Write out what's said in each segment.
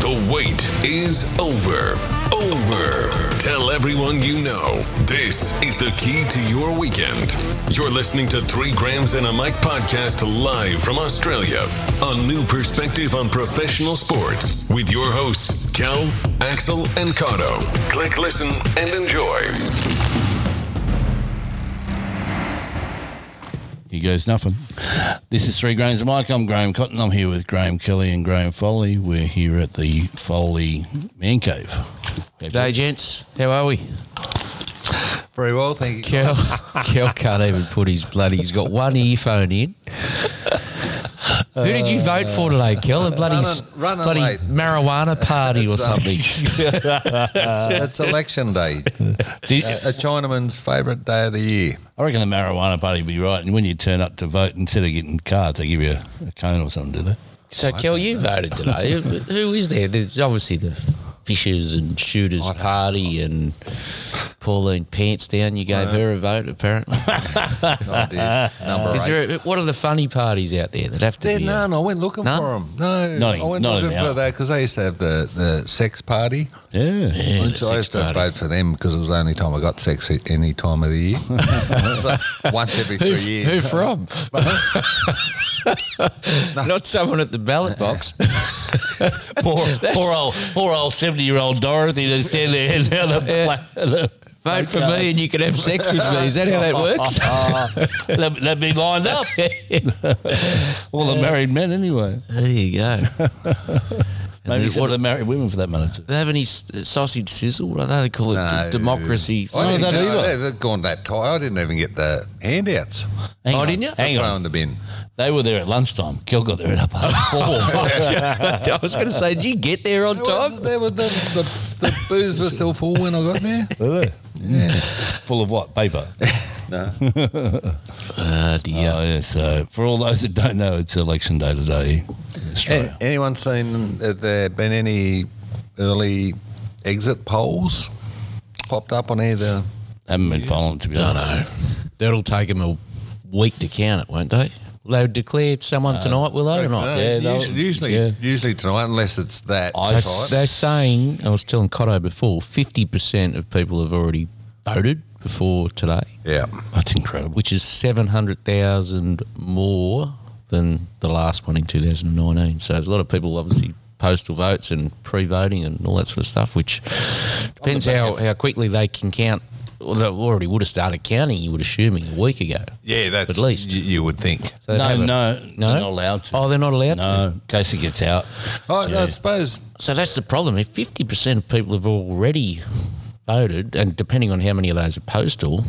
The wait is over. Over. Tell everyone you know. This is the key to your weekend. You're listening to Three Grams and a Mic podcast live from Australia. A new perspective on professional sports with your hosts, Kel, Axel, and Cotto. Click, listen, and enjoy. He goes nothing. This is Three Grains of Mike. I'm Graham Cotton. I'm here with Graham Kelly and Graham Foley. We're here at the Foley Man Cave. G'day, gents. How are we? Very well, thank you. Kel, Kel can't even put his bloody. He's got one earphone in. Who did you vote for today, Kel? A bloody, Running- running bloody late. marijuana party or something. It's election day, Did- a Chinaman's favourite day of the year. I reckon the marijuana party would be right. And when you turn up to vote, instead of getting cards, they give you a, a cone or something, do they? So, Kel, you voted today. Who is there? There's obviously the Fishers and Shooters party and Pauline Pants down. You gave her a vote, apparently. I did. Number Is eight. there? A, what are the funny parties out there that have to There, be? uh, none. I went looking None? for 'em. for them. No, Not I in- went not looking in for our- that because they used to have the, the sex party. Yeah. Yeah, the Which I sex used to party. vote for them because it was the only time I got sex at any time of the year. So, once every three Who, who years. from? Not someone at the ballot box. Poor, poor old, poor old seventy-year-old Dorothy that's standing there and now Yeah. the, pla- Eh, Vote for me and you can have sex with me. Is that how that works? the, they they'd be lined up. All the married men, anyway. there you go. Maybe there's some what- of the married women, for that matter. Too. They have any s- sausage sizzle? I know they call it No. democracy. I None of didn't, that no, either. they've gone that tight. I didn't even get the handouts. Hang Oh, on, didn't you? Hang Throw on. in the bin. They were there at lunchtime. Kel got there at up half four. I was going to say, did you get there on There was, time? there was the, the, the booze was still full when I got there. Full of what? Paper. Oh, dear. Oh, yeah. So, for all those that don't know, it's election day today in Australia. Eh. A- anyone seen uh, there been any early exit polls popped up on either? Haven't been following, to be honest. no. That'll take them a week to count it, won't they? Uh, Will they declare someone tonight, will they, or not? yeah, no, No, usually, Uh, usually, yeah. usually tonight, unless it's that. I- tight. They're saying, I was telling Cotto before, 50% of people have already voted before today, yeah, That's incredible. which is 700,000 more than the last one in 2019. So there's a lot of people obviously postal votes and pre-voting and all that sort of stuff, which depends how, how quickly they can count. Well, they already would have started counting, you would assuming, a week ago. yeah, that's At least. y- you would think. So they'd No, have no, a- no, No? they're not allowed to. Oh, they're not allowed to? no, in case it gets out. I, Yeah. I suppose So that's the problem. If fifty percent of people have already voted, and depending on how many of those are postal,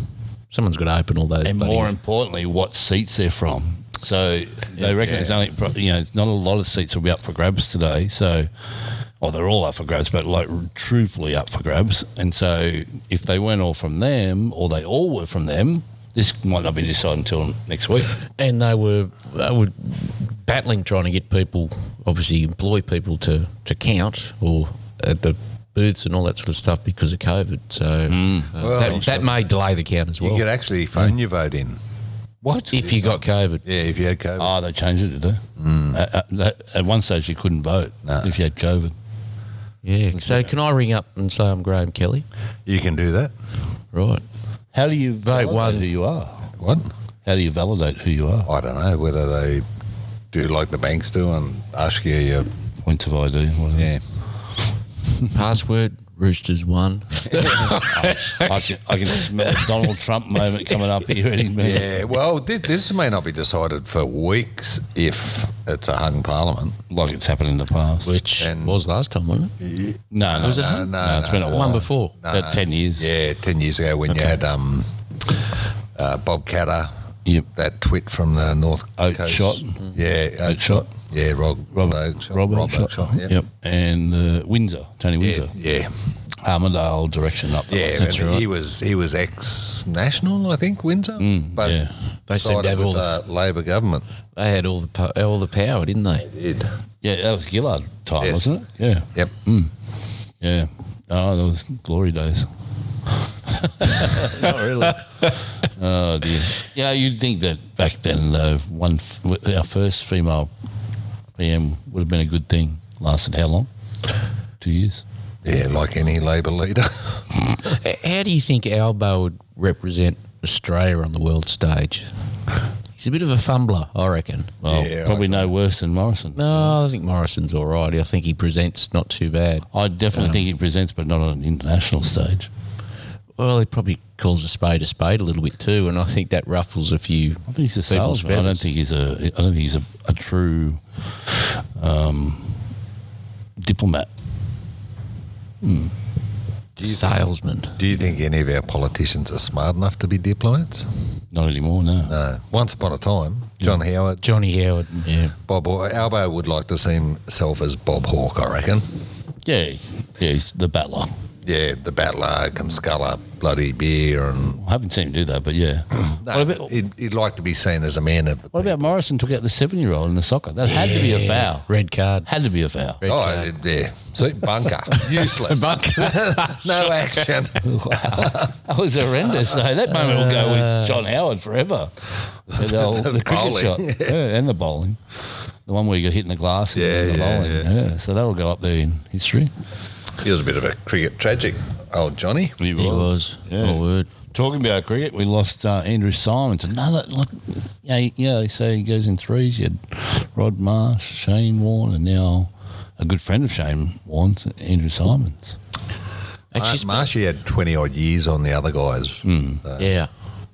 someone's got to open all those. And bloody- more importantly, what seats they're from. So they reckon it's only, pro- you know, it's not a lot of seats will be up for grabs today. So, well, they're all up for grabs, but like truthfully up for grabs. And so if they weren't all from them or they all were from them, this might not be decided until next week. and they were they were battling trying to get people, obviously employ people to to count or at the booths and all that sort of stuff because of COVID. So uh, Mm. Well, that, that may delay the count as you well. could actually phone your vote in. What? if you got COVID, Yeah, if you had COVID. Oh, they changed it, did they? Mm. Uh, uh, that, at one stage, you couldn't vote No. if you had COVID. yeah. So can I ring up and say I'm Graham Kelly? You can do that. Right. How do you Vote vote one. who you are? What? How do you validate who you are? I don't know whether they do like the banks do and ask you your Points of ID. Whatever. yeah. Password Roosters one. I can, I can smell a Donald Trump moment coming up here any minute. Yeah, well, thi- this may not be decided for weeks if it's a hung parliament. Like it's happened in the past. Which And- was last time, wasn't it? no, no, Was it no, him? no, it's been a no, while. One before. About 10 years. Yeah, ten years ago when you had um, uh, Bob Catter, Yep. that twit from the North Oat Coast. Shot. Yeah, uh, Shot. Yeah, Rob, Robert, Oakshot. Robert, Shot. Oakshot, yeah. Yep. And uh, Windsor, Tony Yeah, Windsor. yeah, Armadale direction up. that yeah. way. That's and right. He was he was ex national, I think, Windsor, but Mm, yeah. They seem to sided have with all the, the Labor government. they had all the po- all the power, didn't they? Did. Yeah, that was Gillard time, Yes. wasn't it? Yeah. Yep. Yeah. Oh, those glory days. Not really. oh dear. Yeah, you'd think that back then, though, one f- w- our first female PM would have been a good thing. Lasted how long? two years. Yeah, like any Labor leader. H- How do you think Albo would represent Australia on the world stage? He's a bit of a fumbler, I reckon. Well, Yeah, I probably no worse than Morrison. No, I think Morrison's all right. I think he presents not too bad. I definitely think he presents, but not on an international stage. Well, he probably calls a spade a spade a little bit too, and I think that ruffles a few. I think he's a people's salesman. I don't feathers. think he's a. I don't think he's a, a true um, diplomat. salesman. Do you think any of our politicians are smart enough to be diplomats? Not anymore. No. No. Uh, Once upon a time, John Howard, Johnny Howard. Yeah. Bob, Haw- Albo would like to see himself as Bob Hawke, I reckon. Yeah. Yeah. He's the battler. Yeah, the battler can scull up bloody beer and. I haven't seen him do that, but yeah. No, what about, he'd, he'd like to be seen as a man of the. what about Morrison took out the seven-year-old in the soccer? That had to be a Yeah. foul. Red card. Had to be a foul. Red Oh, card. yeah. See, bunker. Useless. no action. That was horrendous. So that moment will go with John Howard forever. The, Uh. the, the cricket bowling. shot yeah, and the bowling, the one where you got hit in the glass and Yeah, then the yeah, bowling. Yeah. so that'll go up there in history. He was a bit of a cricket tragic, old Johnny. He He was. Oh, word. Talking about cricket, we lost uh, Andrew Simons. Another, like, yeah, you know, they say he goes in threes. You had Rod Marsh, Shane Warne, and now a good friend of Shane Warne's, Andrew Simons. Mar- Actually, Marshy had 20 odd years on the other guys. Hmm. yeah.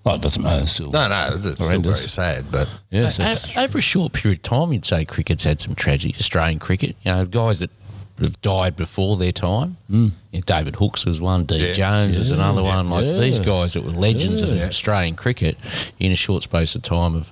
Oh, it doesn't matter. it's Still, No, no, it's still very Horrendous. sad, but Yes, O- it's- o- over a short period of time, you'd say cricket's had some tragedy. Australian cricket, you know, guys that have died before their time. Mm. David Hooks was one. D. Yeah. Jones is another one. Like Hmm. Yeah. these guys that were legends of Yeah. Australian cricket, in a short space of time, have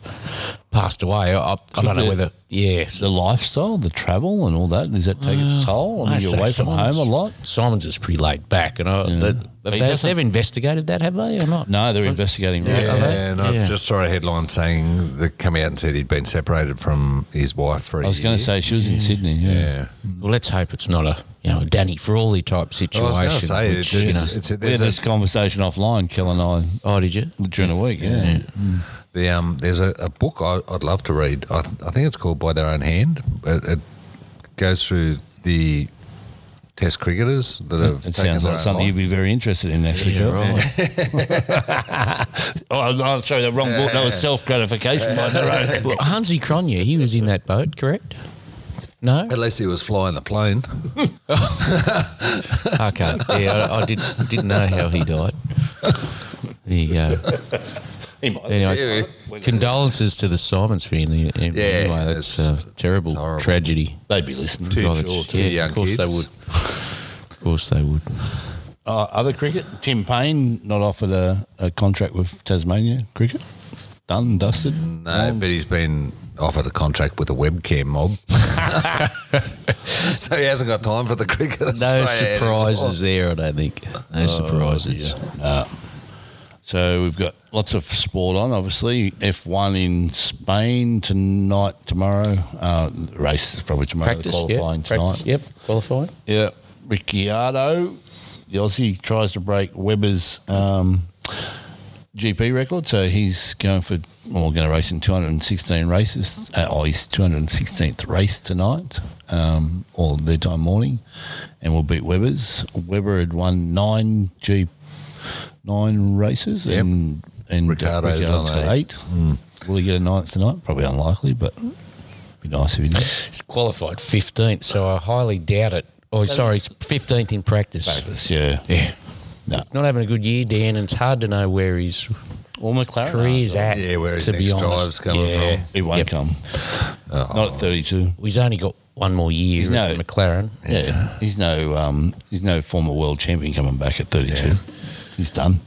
passed away. I, I, I don't know be. whether. Yeah, so the lifestyle, the travel, and all that. Does that take its toll? Ah, I mean, you're away from home a lot. Simons is pretty laid back, and I, they, He they, doesn't- they've investigated that, have they, or not? No, they're investigating. right Yeah, now. they? and I Yeah. just saw a headline saying that come out and said he'd been separated from his wife for a I was going to say she was in Sydney. Yeah. Yeah. Well, let's hope it's not a you know a Danny Frawley type I situation. was going to say, which, it's, you know- it's, it's, We had there's, this a, conversation offline, Kel and I, oh, did you? during the week. Yeah. the, um, there's a, a book I, I'd love to read. I, th- I think it's called By Their Own Hand. It, it goes through the test cricketers that have It taken sounds their like own something life. you'd be very interested in, actually, Kel. oh, no, I'm sorry, the wrong book. That was self gratification by their own. Well, Hansi Cronje, he was in that boat, correct? No. Unless he was flying the plane. Okay. Yeah, I, I did didn't know how he died. There you go. He might. Anyway, condolences to the Simons family. Anyway, Yeah, that's it's- a terrible it's horrible. tragedy. They'd be listening. Too God, short, it's- too young of course they kids. would. Of course they would. Uh, other cricket, Tim Payne not offered a, a contract with Tasmania cricket. Done, dusted. No, but he's been offered a contract with a webcam mob. so he hasn't got time for the cricket. No Australia anymore. surprises there, I don't think. No surprises. So we've got lots of sport on, obviously. F1 in Spain tonight, tomorrow. Uh, the race is probably tomorrow. Practice, the qualifying yeah, tonight. practice, Yep, qualifying. Yeah. Ricciardo, the Aussie, tries to break Webber's um, GP record. So he's going for, well, going to race in 216 races. Uh, oh, his 216th race tonight um, or their time morning and will beat Webber's. Webber had won nine G nine races and, and Ricciardo's Ricciardo's on got eight. Will he get a ninth tonight? Probably unlikely, but be nice if he did. He's qualified 15th, so I highly doubt it. Oh, sorry, 15th in practice. Yeah. Yeah. No. Not having a good year, Dan, and it's hard to know where his Or McLaren. career's at. Yeah, where his to be next honest. drive's coming yeah. He won't Yep. come. Not at 32. Well, He's only got one more year He's at no- McLaren. Yeah. He's no um, he's no former world champion coming back at 32. He's done.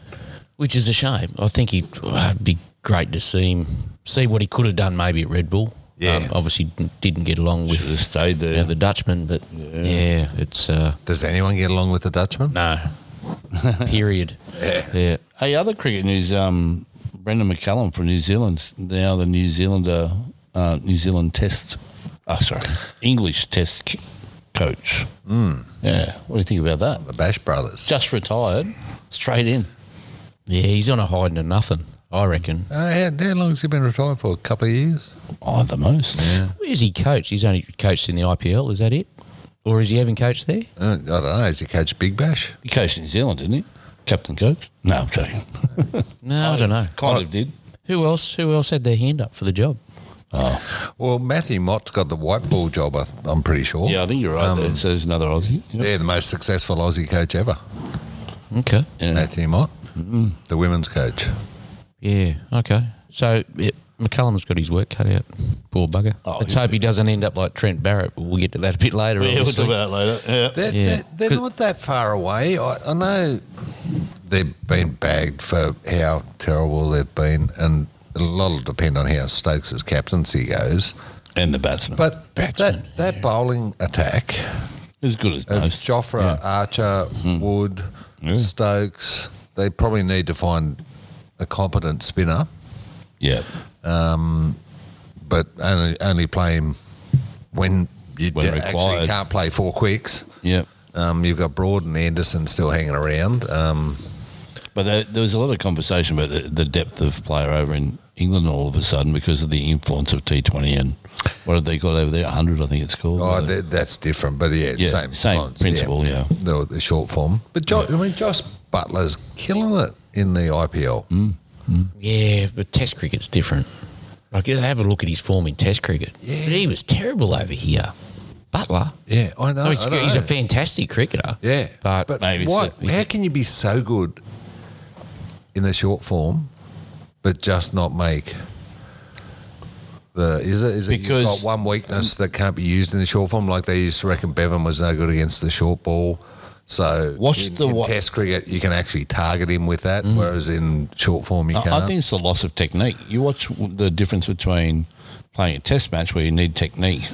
which is a shame. I think he'd uh, it'd be great to see him see what he could have done maybe at Red Bull. Um, Yeah. obviously didn't- didn't get along with Should have stayed there. you know, the Dutchman, but yeah, it's uh, Does anyone get along with the Dutchman? no period. Yeah, Hey, other cricket news. Um, Brendan McCallum from New Zealand's now the New Zealander, uh, New Zealand Test, oh, sorry, English Test c- coach. Mm. Yeah. What do you think about that? The Bash Brothers. Just retired, straight in. yeah. He's on a hiding to nothing, I reckon. Uh, how, how long has he been retired for? A couple of years? Oh, the most. Where's he coached? He's only coached in the IPL. Is that it? Or is he having coached there? Uh, I don't know. Is he coach Big Bash? He coached New Zealand, didn't he? Captain coach? No, I'm joking. No, I don't know. Kind I- of did. Who else? Who else had their hand up for the job? Well, Matthew Mott's got the white ball job. I th- I'm pretty sure. Yeah, I think you're right. there. So there's another Aussie. Yep. They're the most successful Aussie coach ever. Okay. Yeah. Mm-hmm. Matthew Mott, the women's coach. Yeah. Okay. So yeah, McCullum's got his work cut out. Poor bugger. Oh, Let's yeah. hope he doesn't end up like Trent Barrett. We'll get to that a bit later. Yeah, we'll obviously. talk about that later. Yeah. They're, Yeah. they're, they're Could- not that far away. I, I know they've been bagged for how terrible they've been, and a lot will depend on how Stokes' captaincy goes. And the batsman. But But Batsman, that, that bowling attack as good as of most. Mm-hmm. Jofra, Archer, Wood, Yeah. Stokes, they probably need to find a competent spinner, Yeah. but only, only play him when you When d- actually required. can't play four quicks. Yeah. Um, you've got Broad and Anderson still hanging around. Um, But there, there was a lot of conversation about the, the depth of player over in England all of a sudden because of the influence of T20 and what have they got over there? 100, I think it's called. Oh, Uh, th- that's different, but yeah, Yeah, same same lines, principle, yeah. The, the short form, but Josh, I mean, Josh Butler's killing it in the IPL. Mm. Yeah, but Test cricket's different. Like, yeah, have a look at his form in Test cricket. Yeah. He was terrible over here. Butler. Yeah, I know. No, he's, I don't he's a know. fantastic cricketer. Yeah, but, but Maybe it's why, the- how can you be so good in the short form, but just not make the? Is it is it you've Because- got one weakness that can't be used in the short form? Like they used to reckon Bevan was no good against the short ball. So What's in, the in what- Test cricket you can actually target him with that, whereas in short form you I- can't. I think it's the loss of technique. You watch w- the difference between playing a test match where you need technique,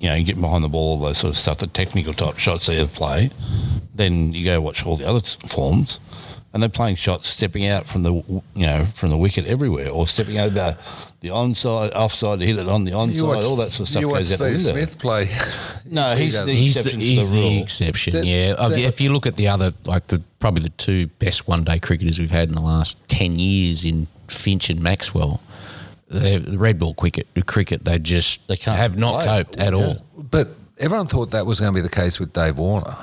you know, you get behind the ball, all those sort of stuff, the technical type shots they play. Then you go watch all the other s- forms, and they're playing shots stepping out from the w- you know from the wicket everywhere, or stepping over the, the onside, offside to hit it on the onside, all that sort of stuff you watch goes out the Steve window. Smith play. No, He he's does. the he's the, exception to he's the the, rule. exception. That- yeah, Of- that- if you look at the other, like the probably the two best one day cricketers we've had in the last ten years in Finch and Maxwell, they the red ball cricket, cricket they just They can't have not play. coped at Yeah. all. But everyone thought that was going to be the case with Dave Warner.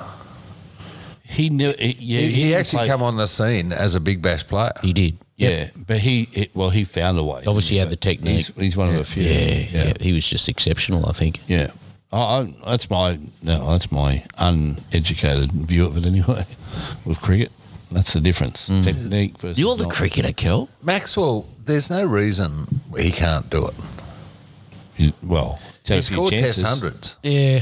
He knew. He, yeah, He, he didn't actually play- came on the scene as a big bash player. He did. Yeah, but he, he- well, he found a way. Obviously, he had the He's, technique. he's one of a few. Yeah, yeah, he was just exceptional. I think. Yeah. I, I, that's my no, that's my uneducated view of it anyway. With cricket, that's the difference. Technique versus Mm. You're the not. cricketer, Kel. Maxwell, there's no reason he can't do it. He- Well, he's had He a few scored chances. test hundreds. Yeah,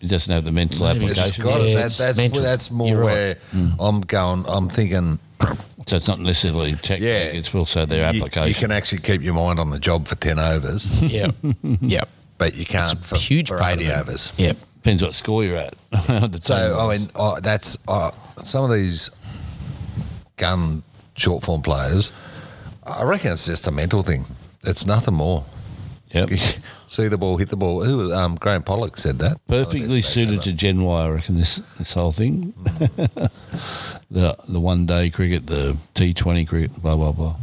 He doesn't have the mental Maybe it's It's application. got Yeah, that, it's that's mental. that's more You're right. Mm. where I'm going. I'm thinking. So it's not necessarily technique. Yeah, It's also their you- application. You, can actually keep your mind on the job for ten overs, yeah, yeah, but you can't for, huge for part of eighty it. overs. yeah. Depends what score you're at. The So team. I mean, uh, that's uh, some of these gun short form players. I reckon it's just a mental thing. It's nothing more. Yep. See the ball, hit the ball. Who was- um, Graham Pollock said that. Oh, perfectly suited to Gen Y, I reckon. This this whole thing, Mm. the the one day cricket, the T Twenty cricket, blah blah blah.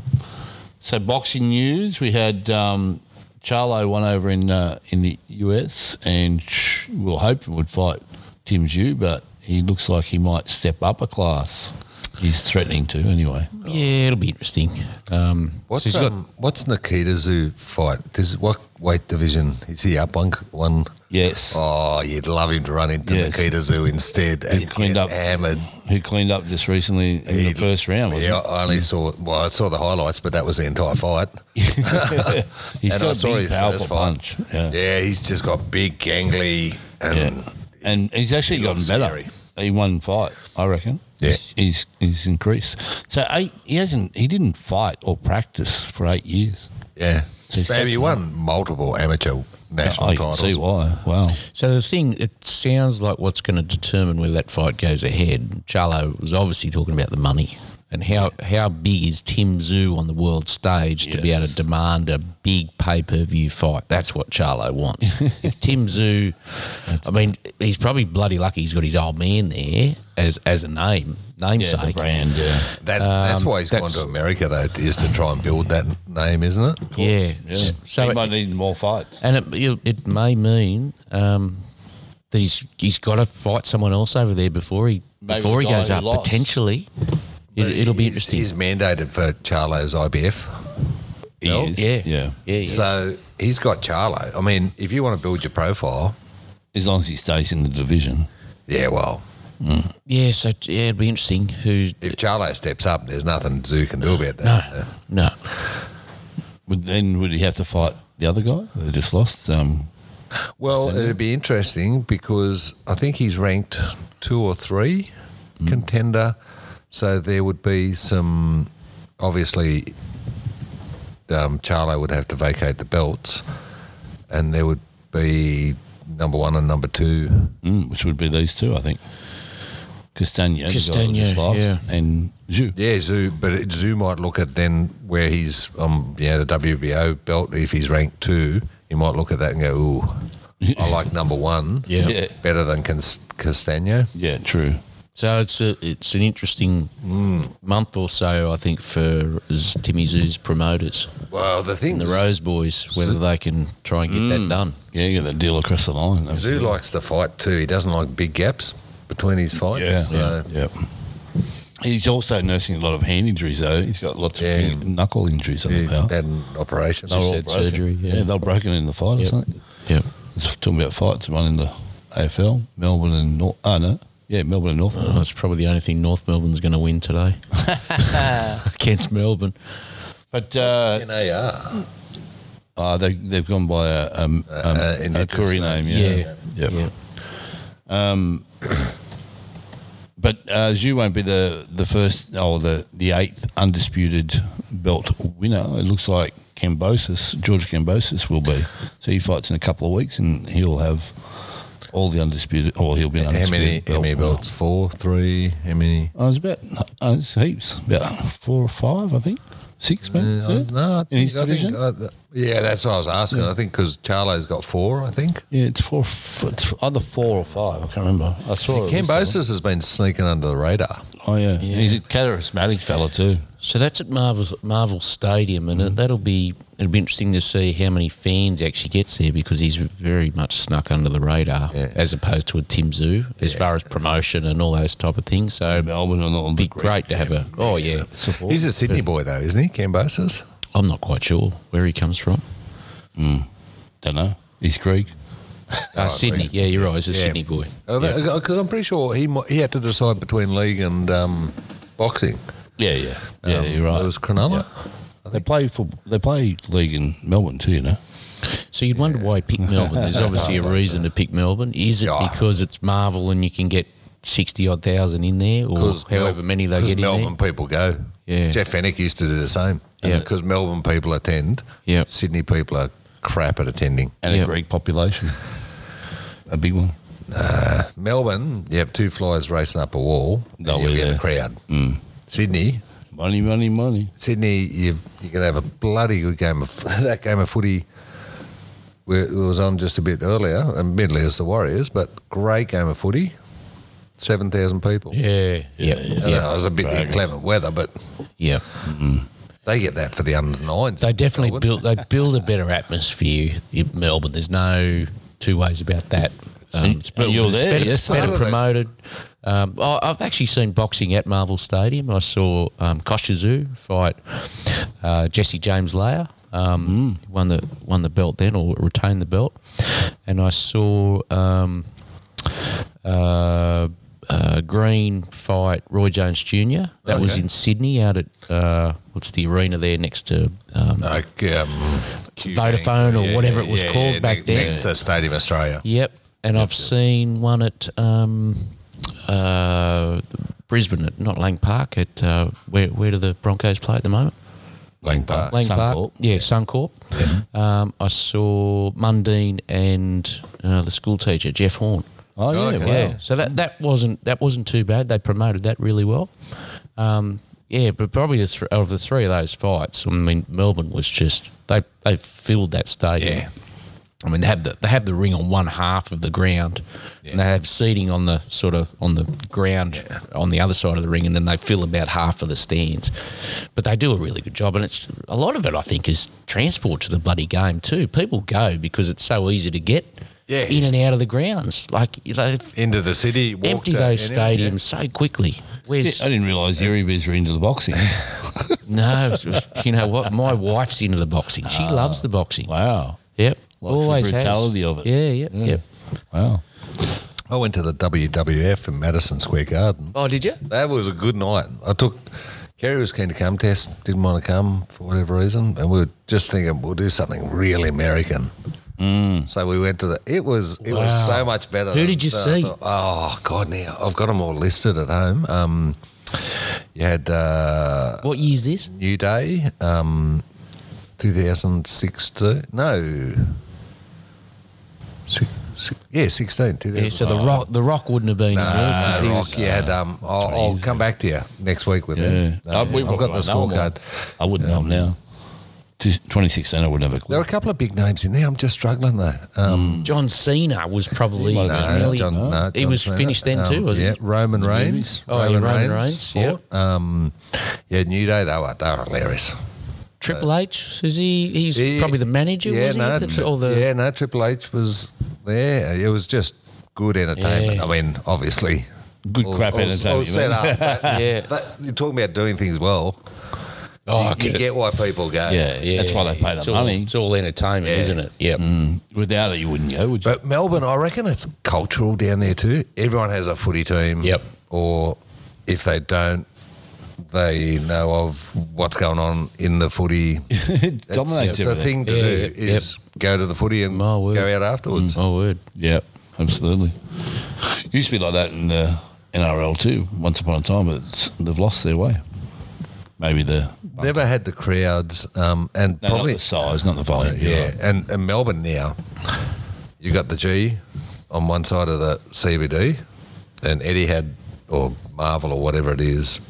So boxing news, we had um, Charlo won over in uh, in the US, and sh- we'll hope he would fight Tim Zhu, but he looks like he might step up a class. He's threatening to anyway. Yeah, it'll be interesting. Um, What's so he's got- um, what's Nikita Zoo fight? Does what weight division is he up one? One. Yes, Oh, you'd love him to run into Yes. Nikita Zoo instead and He cleaned get up. hammered. who cleaned up just recently in the He- first round? Wasn't Yeah, I only saw well, I saw the highlights, but that was the entire fight. he? He's And I got a saw big, his powerful first fight. punch. Yeah. Yeah, he's just got big, gangly, and Yeah. And he's actually He gotten looks better. scary. He won fight, I reckon. Yeah. He's, he's he's increased. So eight he hasn't he didn't fight or practice for eight years. yeah. So he's Baby catching won multiple amateur national I can titles. see why. Wow. So the thing, it sounds like what's going to determine whether that fight goes ahead. Charlo was obviously talking about the money and how how big is Tim Zoo on the world stage to be able to demand a big pay per view fight. That's what Charlo wants. if Tim Zoo, I mean, he's probably bloody lucky he's got his old man there as as a name namesake. Yeah, the brand. Yeah. That's, that's Um, why he's that's- gone to America, though, is to try and build that name, isn't it? yeah. yeah. So he might need more fights. And it, it, it may mean um, that he's he's got to fight someone else over there before he Maybe before he the guy goes who up. lost. Potentially, it, will be He's- interesting. He's mandated for Charlo's IBF. He Well, is. yeah, Yeah. yeah. he is. So he's got Charlo. I mean, if you want to build your profile, As long as he stays in the division. yeah, well, yeah, so yeah, it'd be interesting. Who? if Charlo steps up, there's nothing Zoo can do about No, that. Uh, no. Would, then would he have to fight the other guy that just lost? Um, Well, Send it. it'd be interesting because I think he's ranked two or three Mm. contender. So there would be some. Obviously, um, Charlo would have to vacate the belts, and there would be number one and number two. mm, which would be these two, I think. Castagna, the guy that Castagna, just lost, yeah. and Zhu. Yeah, Zoo, but it- Zoo might look at then where he's um, you know, the WBO belt. If he's ranked two, he might look at that and go, "Ooh, I like number one Yeah. Yeah. better than Cas- Castagno." Yeah, true. So it's a, it's an interesting Mm. month or so, I think, for Z- Timmy Zoo's promoters Well, the thing and the Rose Boys, whether they can try and get Mm. that done. Yeah, you got that deal across the line. Zoo absolutely. likes to fight too. He doesn't like big gaps between his fights. Yeah, so- yeah. He's also nursing a lot of hand injuries, though. He's got lots of Yeah. hand- knuckle injuries. I yeah. think they are. Had an operation. They were all said broken. surgery, yeah. they were broken in the fight Yep. or something. Yeah, It's talking about fights, one in the AFL, Melbourne and North. Oh, no. Yeah, Melbourne and North. that's probably the only thing North Melbourne's going to win today against Melbourne. But uh, NAR. uh, they, they've gone by a, um, um, uh, a indigenous Koori name. name. Yeah. Yeah. Yep. Um, But uh, Zhu won't be the, the first or the, the eighth undisputed belt winner. It looks like Cambosis, George Cambosis will be. So he fights in a couple of weeks and he'll have all the undisputed, or he'll be an How many, undisputed how many belt. belts? Four, three, how many? I was about I was heaps, about four or five, I think, six maybe. is Uh, it? no, I in his think, I division. think uh, th- yeah, that's what I was asking. I think because Charlo's got four, I think. yeah, it's four. f- It's either four or five. I can't remember. I saw it. was Cambosis has been sneaking under the radar. somewhere. Oh yeah. Yeah. he's a charismatic fella too. So that's at Marvel Marvel Stadium, and Mm. it, that'll be it'll be interesting to see how many fans actually gets there because he's very much snuck under the radar Yeah. as opposed to a Tim Zoo as far as promotion and all those type of things. So it'd Melbourne and all be great to have a. Oh yeah, support. He's a Sydney boy, though, isn't he? Cambosis? I'm not quite sure where he comes from. Oh, Don't know. He's Greek. Uh, Sydney, yeah, you're right. He's a Yeah. Oh, Sydney boy. Yeah. Because I'm pretty sure he mu- he had to decide between league and um, boxing. Yeah, yeah, yeah. Um, you're right. It was Cronulla. They play for they play league in Melbourne too. You know. So you'd wonder why he picked Melbourne. There's obviously a reason to pick Melbourne. Is it Yeah. because it's Marvel and you can get sixty odd thousand in there, or however Mel- many they 'cause get in Melbourne people go. Yeah. Jeff Fennick used to do the same. Yeah. Because Melbourne people attend. Yeah. Sydney people are crap at attending. And Yeah. a Greek population. A big one. Melbourne, you have two flies racing up a wall. and They'll you'll be get there. a crowd. Sydney, Money, money, money. Sydney, you you can have a bloody good game of that game of footy. Where it was on just a bit earlier, admittedly it's the Warriors, but great game of footy. Seven thousand people. there. yeah. Yeah, yeah, I know, it yeah. was a bit inclement weather, but yeah. they get that for the under nines. They definitely Melbourne. build they build a better atmosphere in Melbourne. There's no two ways about that. See, it's and you were it's there better, yesterday. better Oh, promoted. Um, I, I've actually seen boxing at Marvel Stadium. I saw um, Kostya Zoo fight uh, Jesse James Layer. Um, Hmm. Won the won the belt then, or retained the belt. And I saw um, uh, uh, Green fight Roy Jones Jr. That was Okay. in Sydney, out at uh, what's the arena there next to um, like um, Q Vodafone Bank, or whatever it was called back next, then. Next to Stadium Australia. Yep, and I've seen one at um, uh, Brisbane, at not Lang Park. At uh, where where do the Broncos play at the moment? Lang Park. Lang Suncorp. Park, yeah, Suncorp. Um, I saw Mundine and uh, the school teacher Jeff Horn. Oh yeah, Okay. wow. Yeah, so that that wasn't that wasn't too bad. They promoted that really well. Um, yeah, but probably the th- of the three of those fights, I mean, Melbourne was just they they filled that stadium. Yeah. I mean, they have the they have the ring on one half of the ground, and they have seating on the sort of on the ground on the other side of the ring, and then they fill about half of the stands. But they do a really good job, and it's a lot of it. I think is transport to the bloody game too. People go because it's so easy to get. Yeah. in and out of the grounds. Like you know, they've Into the city, walked empty to- those and out, yeah. stadiums so quickly. Where's I didn't realise Euribus were into the boxing. no? it's just- You know what? My wife's into the boxing. She loves the boxing. wow. Yep, Likes the brutality of it. Yeah, yeah, yeah. Wow. I went to the WWF in Madison Square Garden. Oh, did you? That was a good night. I took Kerry was keen to come. Tess didn't want to come for whatever reason, and we were just thinking we'll do something really American. So we went to the. It was it was Mm. Wow. so much better. Who than- did you so I see? thought, oh God, now I've got them all listed at home. Um, you had uh, What year's this? New Day, um, 2016. No, six, six, yeah, 16. Yeah, so the 2016. rock, the rock wouldn't have been. Uh, there, 'cause he Rock, was- you had. Um, I'll, pretty I'll easy. come back to you next week with Yeah. it. Um, we I've wouldn't got the have known them all. scorecard. I wouldn't know 'em now. Two- 2016, I wouldn't have a There are clue. a couple of big names in there. I'm just struggling though. Um, John Cena was probably He might have been. Mm. really. John- no, he John was Cena. finished then too, Um, wasn't yeah, he? Roman Reigns. Oh, yeah, Roman Reigns, fought. Um, yeah, New Day. They were they were hilarious. Triple H is he? He's He- probably the manager. Yeah, was he? no, The- tri- or the yeah, no. Triple H was there. It was just good entertainment. Yeah. I mean, obviously, Good crap all, entertainment. All set up. but- Yeah. but you're talking about doing things well. Oh, I you, you get it. get why people go. Yeah, that's why they pay It's the all- money. it's all entertainment, Yeah. isn't it? Yeah. Without it, you wouldn't go, would you? But Melbourne, I reckon it's cultural down there too. Everyone has a footy team. Yep. Or if they don't, they know of what's going on in the footy. it It's, dominates it's a everything. thing to Yeah, do is go to the footy and My word. go out afterwards. Oh, word. Yeah, absolutely. Used to be like that in the NRL too. Once upon a time, but it's, they've lost their way. Maybe the Mm. Never had the crowds um, and no, probably not the size, not the volume. yeah. you're right. And, and Melbourne now, you got the G on one side of the CBD, and Eddie had or Marvel or whatever it is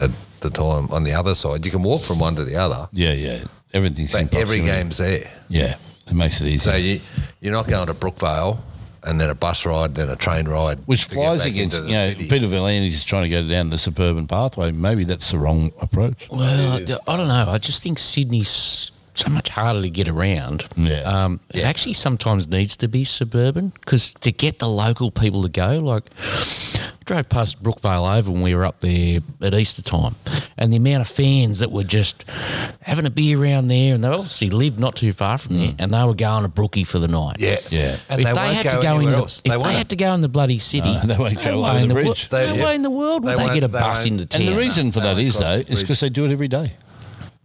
at the time on the other side. You can walk from one to the other. yeah, yeah. Everything's in But every proximity. game's there. Yeah, it makes it easier. So you, you're not going to Brookvale and then a bus ride, then a train ride. which to get flies back against into the you know city. Peter Villiers is trying to go down the suburban pathway. Maybe that's the wrong approach. Well, I, I don't know. I just think Sydney's so much harder to get around. Yeah. Um, It actually sometimes needs to be suburban because to get the local people to go, like, I drove past Brookvale Oval when we were up there at Easter time, and the amount of fans that were just having a beer around there, and they obviously live not too far from there, and they were going to Brookie for the night. Mm. Yeah. Yeah. And if they, they, won't had go to go in, anywhere the, else. if they, won't. had to go in the bloody city, No, they won't go no over way in the wo- bridge. They- no yeah. way in the world They would they, won't- get a they bus won't- into town. and the reason for they that won't is cross though the is bridge. because they do it every day.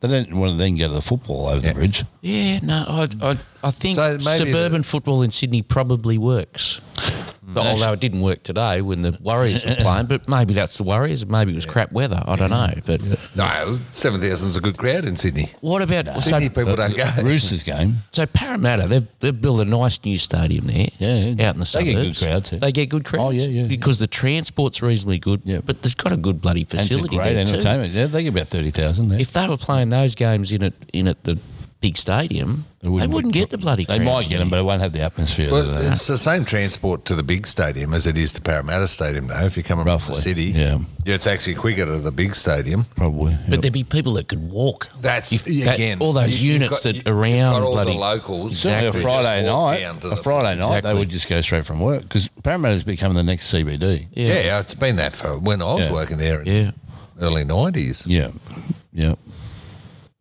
They don't want to then go to the football over the bridge. Yeah, no, I, I, I think So maybe suburban football in Sydney probably works. Hmm. But although it didn't work today when the Warriors were playing, but maybe that's the Warriors. Maybe it was crap weather. I don't know. But No, 7,000's a good crowd in Sydney. what about so, Sydney people don't go. uh, Roosters game. so Parramatta? They've, they've built a nice new stadium there. Yeah, yeah. out in They the suburbs. get good crowd too. They get good crowds. yeah, yeah, yeah. Because the transport's reasonably good. Yeah. but they've got a good bloody And it's a facility great there too. entertainment. Yeah, they get about thirty thousand there. If they were playing those games in it in at the big stadium, they wouldn't, get the bloody. They crowds might get there. them, but it won't have the atmosphere. that they Well, have. it's the same transport to the big stadium as it is to Parramatta Stadium, though. If you're coming from the Roughly, city, yeah. yeah, it's actually quicker to the big stadium. Probably. But there'd be people that could walk. That's If that- again all those you- you've units that you've around got all bloody- the locals. Certainly Exactly. a who Friday just walk down night. to A the- Friday night, Exactly. they would just go straight from work because Parramatta's become the next CBD. Yeah. it's been that for when I was Yeah. working there in Yeah. early nineties. Yeah, yeah.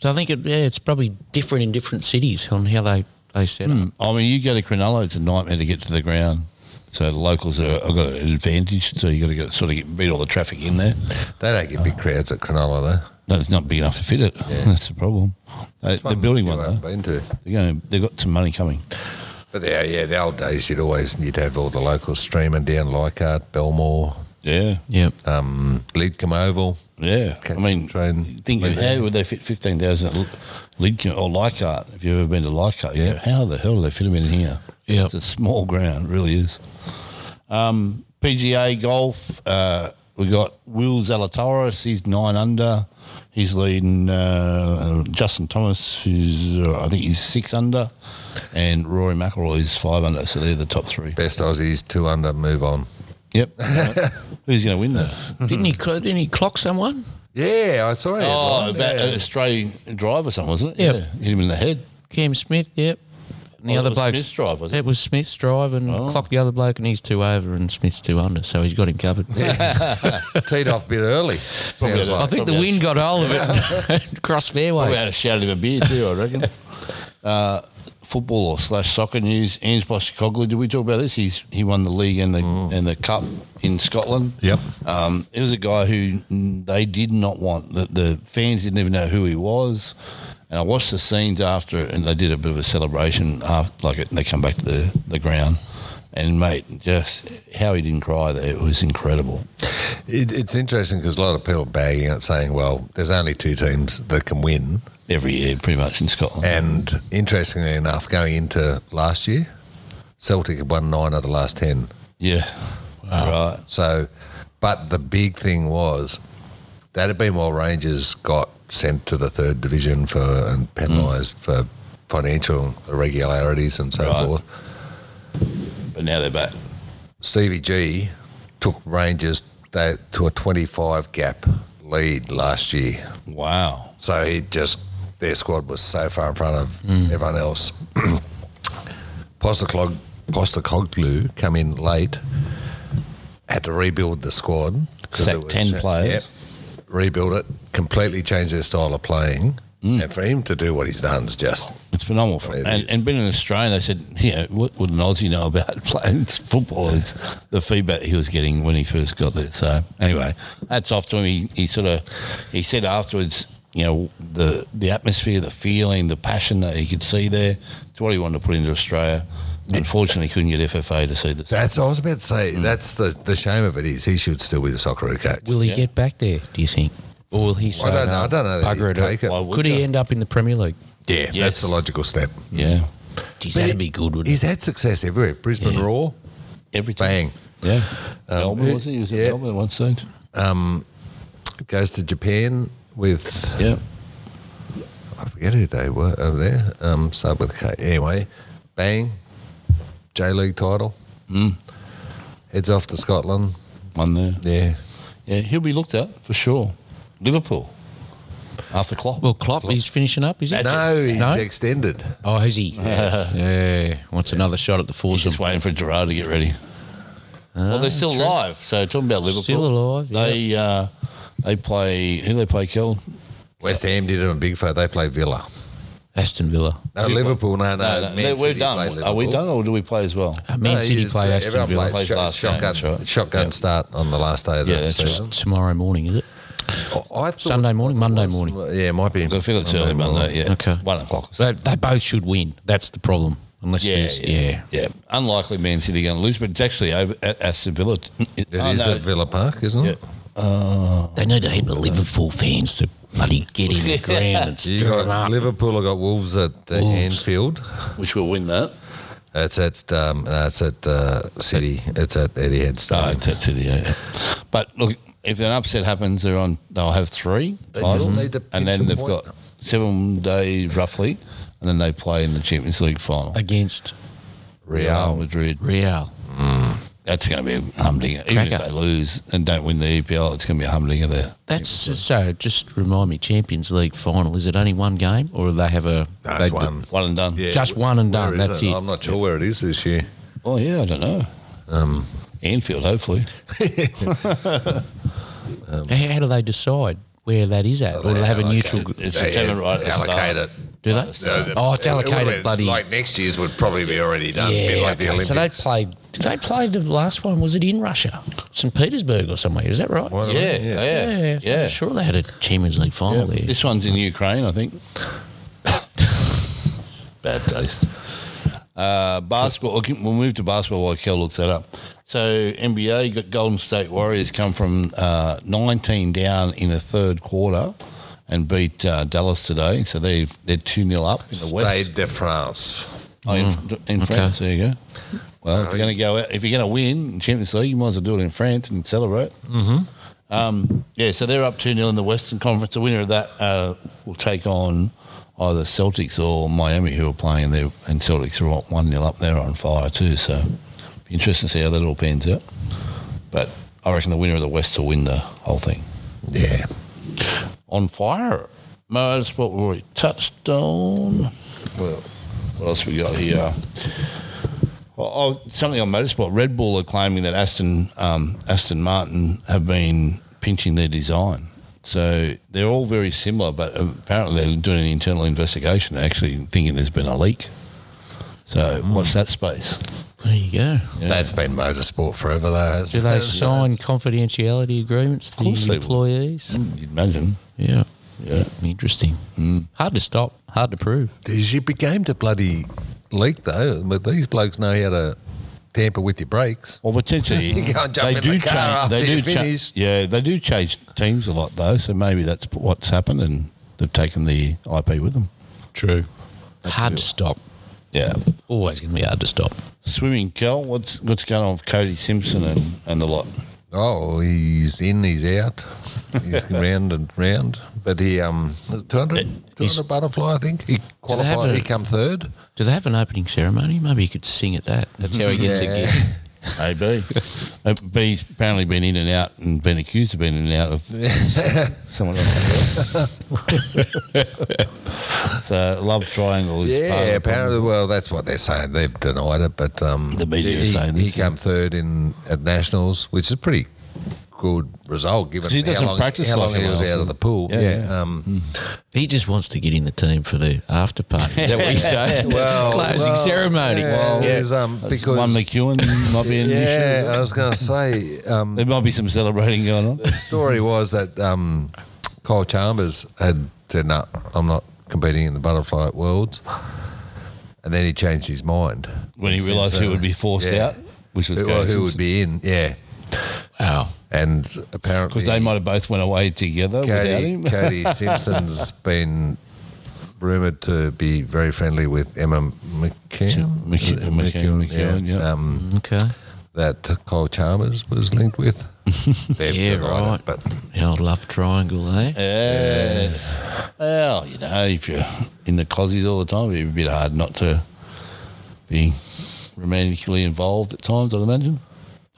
So I think it, yeah, it's probably different in different cities on how they they set up. I mean, you go to Cronulla, it's a nightmare to get to the ground. So the locals are, have got an advantage. So you got to get, sort of get, beat all the traffic in there. They don't get big Oh. crowds at Cronulla though. No, it's not big enough to fit it. That's the problem. They, they're building Few one I though. haven't Been to, They're going. They've got some money coming. but yeah, yeah, the old days you'd always you'd have all the locals streaming down Leichhardt, Belmore, Yeah, Yeah. um, Lidcombe Oval. yeah. Catch I mean, the train, you think leave how would they fit fifteen thousand at Lidcombe or Leichhardt? If you've ever been to Leichhardt, you go, how the hell do they fit them in here? Yeah. it's a small ground, it really is. Um, PGA golf. Uh, we got Will Zalatoris. He's nine under. He's leading uh, Justin Thomas, who's uh, I think he's six under, and Rory McIlroy is five under. So they're the top three. Best Aussies, two under, move on. Yep. Who's going to win that? Didn't he cl- didn't he clock someone? Yeah, I saw it. Oh, headline, about yeah. an Australian drive or something, wasn't it? uh, Yep. Yeah. Hit him in the head. Cam Smith, yep. And Oh, the that other was bloke's Smith's drive, was it? It was Smith's drive, and Oh. clocked the other bloke, and he's two over, and Smith's two under, so he's got him covered. Teed off a bit early. Sounds had a- I like. probably think the had a wind got hold of it and crossed Oh, We fairways. had a shout of a beer too, I reckon. uh, football or slash soccer news. Ange Postecoglou. Did we talk about this? He's he won the league and the and the cup in Scotland. Yep. Um, it was a guy who mm, they did not want. The, the fans didn't even know who he was. And I watched the scenes after, it, and they did a bit of a celebration after, like it, they come back to the, the ground. And mate, just how he didn't cry there, it was incredible. It, it's interesting because a lot of people are bagging it, saying, well, there's only two teams that can win. Every year, pretty much in Scotland. And interestingly enough, going into last year, Celtic had won nine of the last 10. yeah, right. So, but the big thing was that had been while Rangers got sent to the third division for and penalised for financial irregularities and so Right. forth. But now they're back. Stevie G took Rangers they, to a 25 gap lead last year. Wow. So he just their squad was so far in front of Mm. everyone else. Postaclog Postacoglu come in late, had to rebuild the squad. 'cause Sacked it was- 10 players. Yep. rebuild it, completely change their style of playing. Mm. And for him to do what he's done is just It's phenomenal. For, It and, is. and being an Australian, they said, you know, what would an Aussie know about playing football? It's the feedback he was getting when he first got there. So anyway, that's off to him. He, he sort of, he said afterwards, you know, the, the atmosphere, the feeling, the passion that he could see there, it's what he wanted to put into Australia. Unfortunately, couldn't get FFA to see this. that's. I was about to say that's the the shame of it is he should still be the soccer coach. Will he get back there? Do you think, or will he? Say, don't know. "No, I don't know that he'd Bugger it take up. it. Why would Could you? he end up in the Premier League? Yeah, Yes. that's the logical step. Yeah. Geez, But that'd he- be good, wouldn't He's it? had success everywhere. Brisbane Yeah. Raw, Every time. bang. Um, Yeah. Melbourne, who- was he? He was yeah. in Melbourne at one stage. goes to Japan with Yeah. I forget who they were over there. Um, start with K. Anyway, bang, J League title. Hmm. Mm. Heads off to Scotland. One there. Yeah, Yeah, he'll be looked at for sure. Liverpool. After Klopp. Well, Klopp, he's finishing up, is he? no, he's no. extended. Oh, has he? yeah. Wants another shot at the He's foursome. just waiting for Gerard to get ready. well, they're still alive. So talking about Liverpool, Ah, Still alive, yeah. They uh, they play who they play. Kel West Ham did him a big favour. They play Villa. Aston Villa. No, Liverpool. No, No, no, no, Man no, we're City play done. Are we Liverpool. done, or do we play as well? Uh, Man No, City it's, play uh, Aston everyone Villa. plays Plays shot- last game, shotgun, that's right. shotgun Yeah. start on the last day of the Yeah, that's season. Tomorrow morning, is it? I thought- Sunday morning, I thought it Monday was- morning. Yeah, it might be. I feel it's early Monday. Yeah, Okay. one o'clock. They, they both should win. That's the problem. Unless Yeah, there's, yeah, yeah, Unlikely Man City going to lose, but it's actually over at Aston Villa. It Oh, It is at Villa Park, isn't it? They need a heap of Liverpool fans to bloody get in the ground and You stir them got up. Liverpool. I got Wolves at uh, Anfield. which will win that. It's at um, uh, it's at uh, City. It's at Etihad No, Stadium. it's at City. Yeah, yeah. But look, if an upset happens, they're on. They'll have three They titles, just need to and pinch then a they've point. got seven days roughly, and then they play in the Champions League final. Against Real Madrid. Real. That's going to be a humdinger. Even if Cracker. they lose and don't win the EPL, it's going to be a humdinger there. That's so. Just remind me, Champions League final. Is it only one game, or do they have a? No, they, it's one. One and done. Yeah. Just one and done. Where is That's it? it. I'm not sure where it is this year. Oh, yeah, I don't know. Um, Anfield, hopefully. How, how do they decide where that is at, or do they have a neutral? gr- It's Yeah, determined yeah. right at the start. Allocate Oh, it. Do they? oh, it's It would've allocated, been- bloody. Like next year's would probably be already done. yeah, Yeah, like the okay. Olympics. so they played. Did they play the last one? Was it in Russia, St. Petersburg, or somewhere? Is that right? One of Yeah, them, yeah. yeah, yeah. I'm sure they had a Champions League Yeah. final there. This one's in Ukraine, I think. Bad taste. Uh, basketball. okay, We'll move to basketball while Kel looks that up. So NBA you got Golden State Warriors come from uh, 19 down in the third quarter and beat uh, Dallas today. So they've they're two 0 up in the West. Stade de France. Oh, in, in France, there you go. Well, if you're going to go, out, if you're going to win Champions League, you might as well do it in France and celebrate. Mm-hmm. Um, yeah, so they're up two 0 in the Western Conference. The winner of that uh, will take on either Celtics or Miami, who are playing in there, and Celtics are one 0 up. They're on fire too, so be interesting to see how that all pans out. But I reckon the winner of the West will win the whole thing. Yeah. On fire, motorsport Rory touchdown. Well, What else we got here? Well, oh, something on motorsport. Red Bull are claiming that Aston um, Aston Martin have been pinching their design. So they're all very similar, but apparently they're doing an internal investigation, actually thinking there's been a leak. So Hmm. what's that space? There you go. That's been motorsport forever, though. hasn't Do they it? sign confidentiality agreements? The course they would. employees. You'd imagine. Yeah. Mm, Yeah. Interesting. Hard to stop. Hard to prove. Is your big game to bloody leak though? But these blokes know how to tamper with your brakes. Well, potentially, You go and jump they in do the car change. after They do you cha- finish. yeah, they do change teams a lot though. So maybe that's what's happened, and they've taken the IP with them. True. hard to stop. Yeah, Always going to be hard to stop. swimming, Kel. What's what's going on with Cody Simpson and, and the lot? Oh, he's in, he's out. He's round and round. But he um, was it 200, Uh, 200 butterfly, I think. He have qualified. a- He come third. Do they have an opening ceremony? Maybe you could sing at that. That's how he gets a gig. AB, Uh, but he's apparently been in and out and been accused of being in and out of someone else. so love triangle is part of Yeah, the apparently. Well, that's what they're saying. They've denied it, but um, The media he, is saying he this, came third in at nationals, which is a pretty good result given 'Cause he how doesn't long, practice how like long he everyone was else, out of the pool. yeah, Mm-hmm. Yeah, yeah. Um, He just wants to get in the team for the after party. Is that what you say? Closing well, ceremony. yeah, Well, it is, um, problem. because one McEwen might be an issue. yeah, I was going to say um, There might be some celebrating going on. story was that um, Kyle Chambers had said, "No, I'm not competing in the butterfly at worlds," and then he changed his mind when he realised who would be forced Yeah. out, which was who, Gary who would Simpson. be in. Yeah, Wow. and apparently because they might have both went away together without Cody, him. Cody Simpson's been rumored to be very friendly with Emma McKeon. McKe- McKeon, McKeon, yeah. Um, Okay. that Kyle Chalmers was linked with. They've Yeah, denied it, right. But The old love triangle, eh? yeah. Well, you know, if you're in the cozies all the time, it'd be a bit hard not to be romantically involved at times. I'd imagine.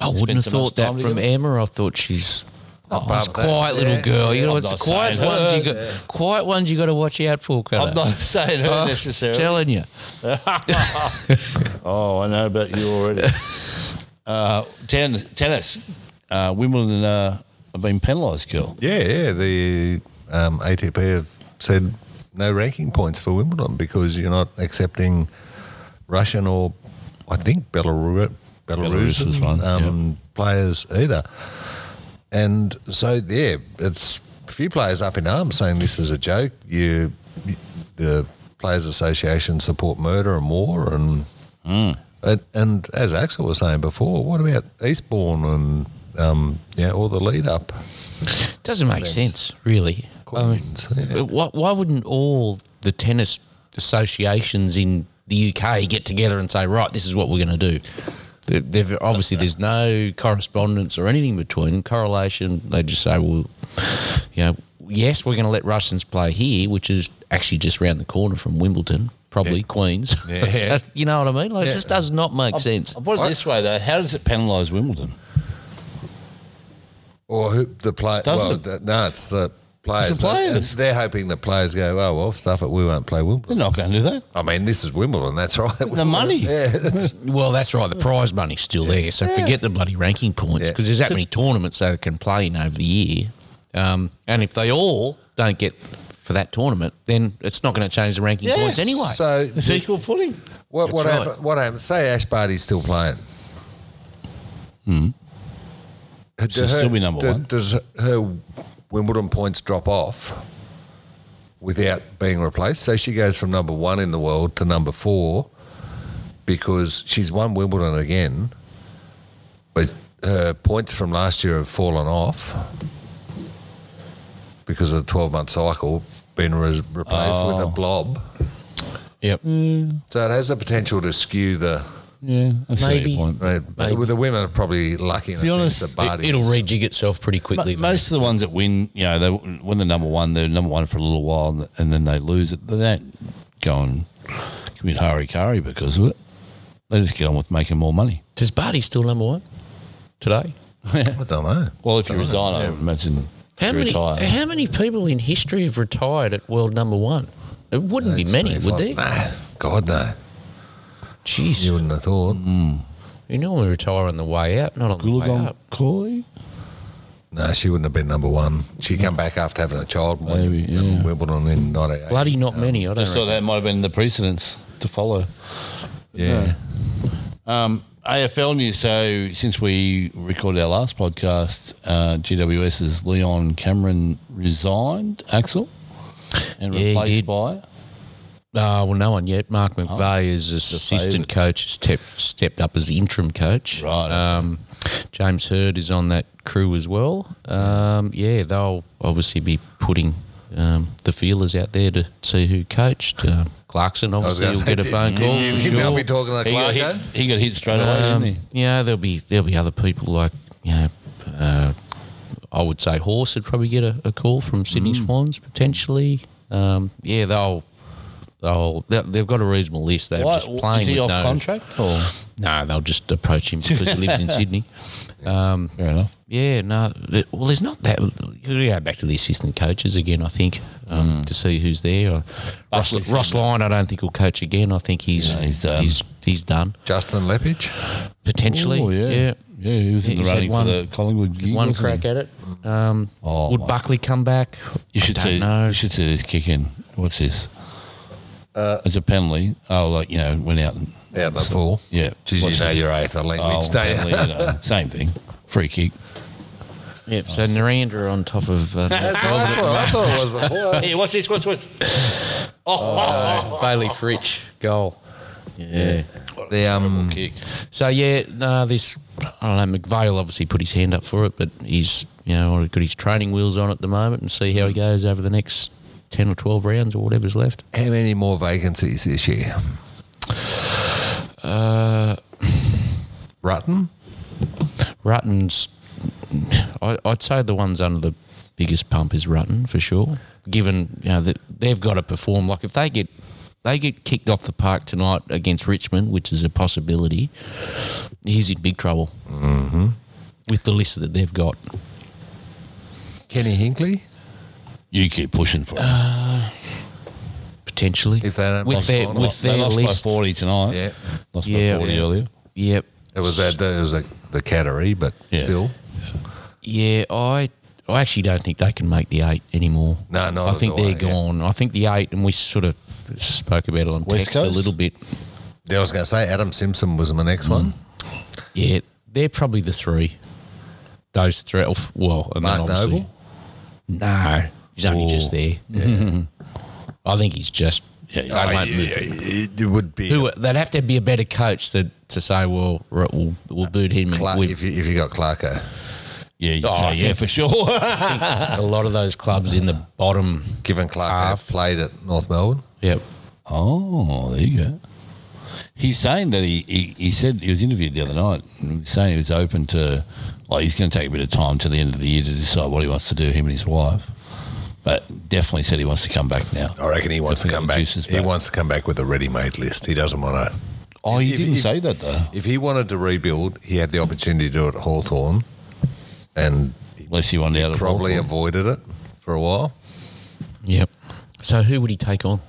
I wouldn't Spend have so much thought that time from together. Emma. I thought she's oh, above it's that. quiet little girl. You know, I'm it's the not quiet saying ones her. you got. Quiet ones you got to watch out for. Connor. I'm not saying her Oh, necessarily. Telling you, Oh, I know about you already. uh, ten, tennis, uh, Wimbledon uh, have been penalised, girl. yeah, yeah, the um, ATP have said no ranking points for Wimbledon because you're not accepting Russian or I think Belaru- Belarus Belarusian was one, um, players either. And so, yeah, it's a few players up in arms saying this is a joke. You, you- the Players Association support murder and war, and and, and as Axel was saying before, what about Eastbourne and um, yeah, all the lead up doesn't make sense, really. Queens? yeah. But Why, why wouldn't all the tennis associations in the UK get together and say, right, this is what we're going to do? They- They've, obviously, there's no correspondence or anything between them, correlation. They just say, well, you know, yes, we're going to let Russians play here, which is actually just round the corner from Wimbledon, probably Queens. Yeah. you know what I mean? Like, it just does not make sense. I put it this way though: How does it penalise Wimbledon? Or who, the play? Doesn't well, it? th- no, it's the players. It's the players. They're hoping the players go, oh, well, stuff it, we won't play Wimbledon. They're not going to do that. I mean, this is Wimbledon, that's right. The money. Yeah, that's, Well, that's right. The prize money's still there, so forget the bloody ranking points Yeah. because there's that many tournaments they can play in over the year. Um, and if they all don't get for that tournament, then it's not going to change the ranking points anyway. So, It's equal footing. what, That's what, right. happened, what happened? Say Ash Barty's still playing. Hmm. She'll still be number one. Does her Wimbledon points drop off without being replaced? So she goes from number one in the world to number four because she's won Wimbledon again, but her points from last year have fallen off because of the 12 month cycle, been re- replaced with a Oh. blob. yep. So it has the potential to skew the. Mm, Yeah, I see Maybe. your point. Right, Maybe. well, the women are probably lucky in Be a honest, sense. it- The party. It, will rejig itself pretty quickly. Mo- Most of the ones that win, you know, they win the number one. They're number one for a little while, and, and then they lose it. They don't go and commit harikari because of it. They just get on with making more money. Does Barty still number one today? I don't know. Well, if you resign, I would imagine How you many? retire. How many people in history have retired at world number one? It wouldn't be many, would there? Nah, God no. Jeez, You wouldn't have thought. you normally retire on the way out, not on the way Goolagong up. Cooley? No, she wouldn't have been number one. She come back after having a child. and won Maybe, yeah. Wimbledon in 98. Bloody not many. I I don't just thought know. that might have been the precedence to follow. Yeah. Um, AFL news. So since we recorded our last podcast, uh, GWS's Leon Cameron resigned. Axel and Yeah, he replaced did. by No, Uh, well, no one yet. Mark Oh, McVeigh is assistant favourite. coach, stepped stepped up as interim coach. Right, okay. Um, James Hurd is on that crew as well. Um, yeah, they'll obviously be putting um, the feelers out there to see who coached. Uh, Clarkson I was obviously will gonna say, get a did- phone did call. you- for you might sure. be talking like he got, Clarko? hit, he got hit straight away, Um, didn't he? Yeah, there'll be there'll be other people like yeah, uh, I would say Horse would probably get a, a call from Sydney Mm. Swans potentially. Um, yeah, they'll they'll they- they've got a reasonable list. They're Why- just playing is he with off no, Oh, contract or No, they'll just approach him because he lives in Sydney. Um, fair enough? yeah, no. th- Well, there's not that. We go back to the assistant coaches again. I think um, Mm. to see who's there. Ross, Buckley's Ross Lyon, I don't think will coach again. I think he's No, he's, um, he's he's done Justin Lepage. potentially. Oh, yeah. yeah, He was in He's the had running one- for the Collingwood. Gig, one wasn't he? crack at it. Um, Oh, would my- Buckley come back? You should Don't see. know. You should see this kick in. What's this? it's a penalty. Oh, like you know, went out. And, Out in the pool. yeah, Geez, What's you know this? your AFL Oh, language, don't you? penalty, you know, same thing. Free kick. Yep. So Narendra on top of uh, That's what I thought it was before. Hey, what's this? What's what's? Bailey Fritch goal. Yeah. The, um, Kick. So yeah, no, this I don't know. McVeigh will obviously put his hand up for it, but he's you know already got his training wheels on at the moment, and see how he goes over the next ten or twelve rounds or whatever's left. how many more vacancies this year? Uh, Rutten? Rutten's, I, I'd say the ones under the biggest pump is Rutten for sure. Given you know that they've got to perform, like if they get they get kicked off the park tonight against Richmond, which is a possibility, he's in big trouble mm-hmm. with the list that they've got. Kenny Hinkley? You keep pushing for it. Uh, Potentially, If they don't with lost their final. with they their lost list, by forty tonight. Yeah. lost Yeah. by forty Yeah. earlier. yep, It was that. It was a, the cattery, but Yeah. still. Yeah, I I actually don't think they can make the eight anymore. No, not I at think all, eh, they're yeah. gone. I think the eight, and we sort of spoke about it on West text a Coast? little bit. Yeah, I was going to say Adam Simpson was my next Mm. one. Yeah, they're probably the three. Those three. oh, f- Well, and then Mark obviously- Noble? No, he's only Oh. just there. I think he's just. Yeah, yeah. I Oh, won't yeah, move yeah, him. it it would be Who they'd have to be a better coach to, to say, well, right, we'll, we'll boot him. Clark, and we, if, you, if you got uh, Clarko. Yeah, you'd Oh, say I yeah think- for sure. a lot of those clubs in the bottom. Given Clarko Half. played at North Melbourne. Yep. oh, there you go. He's saying that he, he, he said he was interviewed the other night. And he was saying he was open to like he's going to take a bit of time to the end of the year to decide what he wants to do. Him and his wife, but definitely said he wants to come back now. I reckon he wants to Definitely come back- juices he back. wants to come back with a ready-made list. He doesn't want to. Oh, he If- didn't if- say that though. If he wanted to rebuild, he had the opportunity to do it at Hawthorn, and he Unless he wanted out of probably Hawthorn. avoided it for a while. Yep. So who would he take on?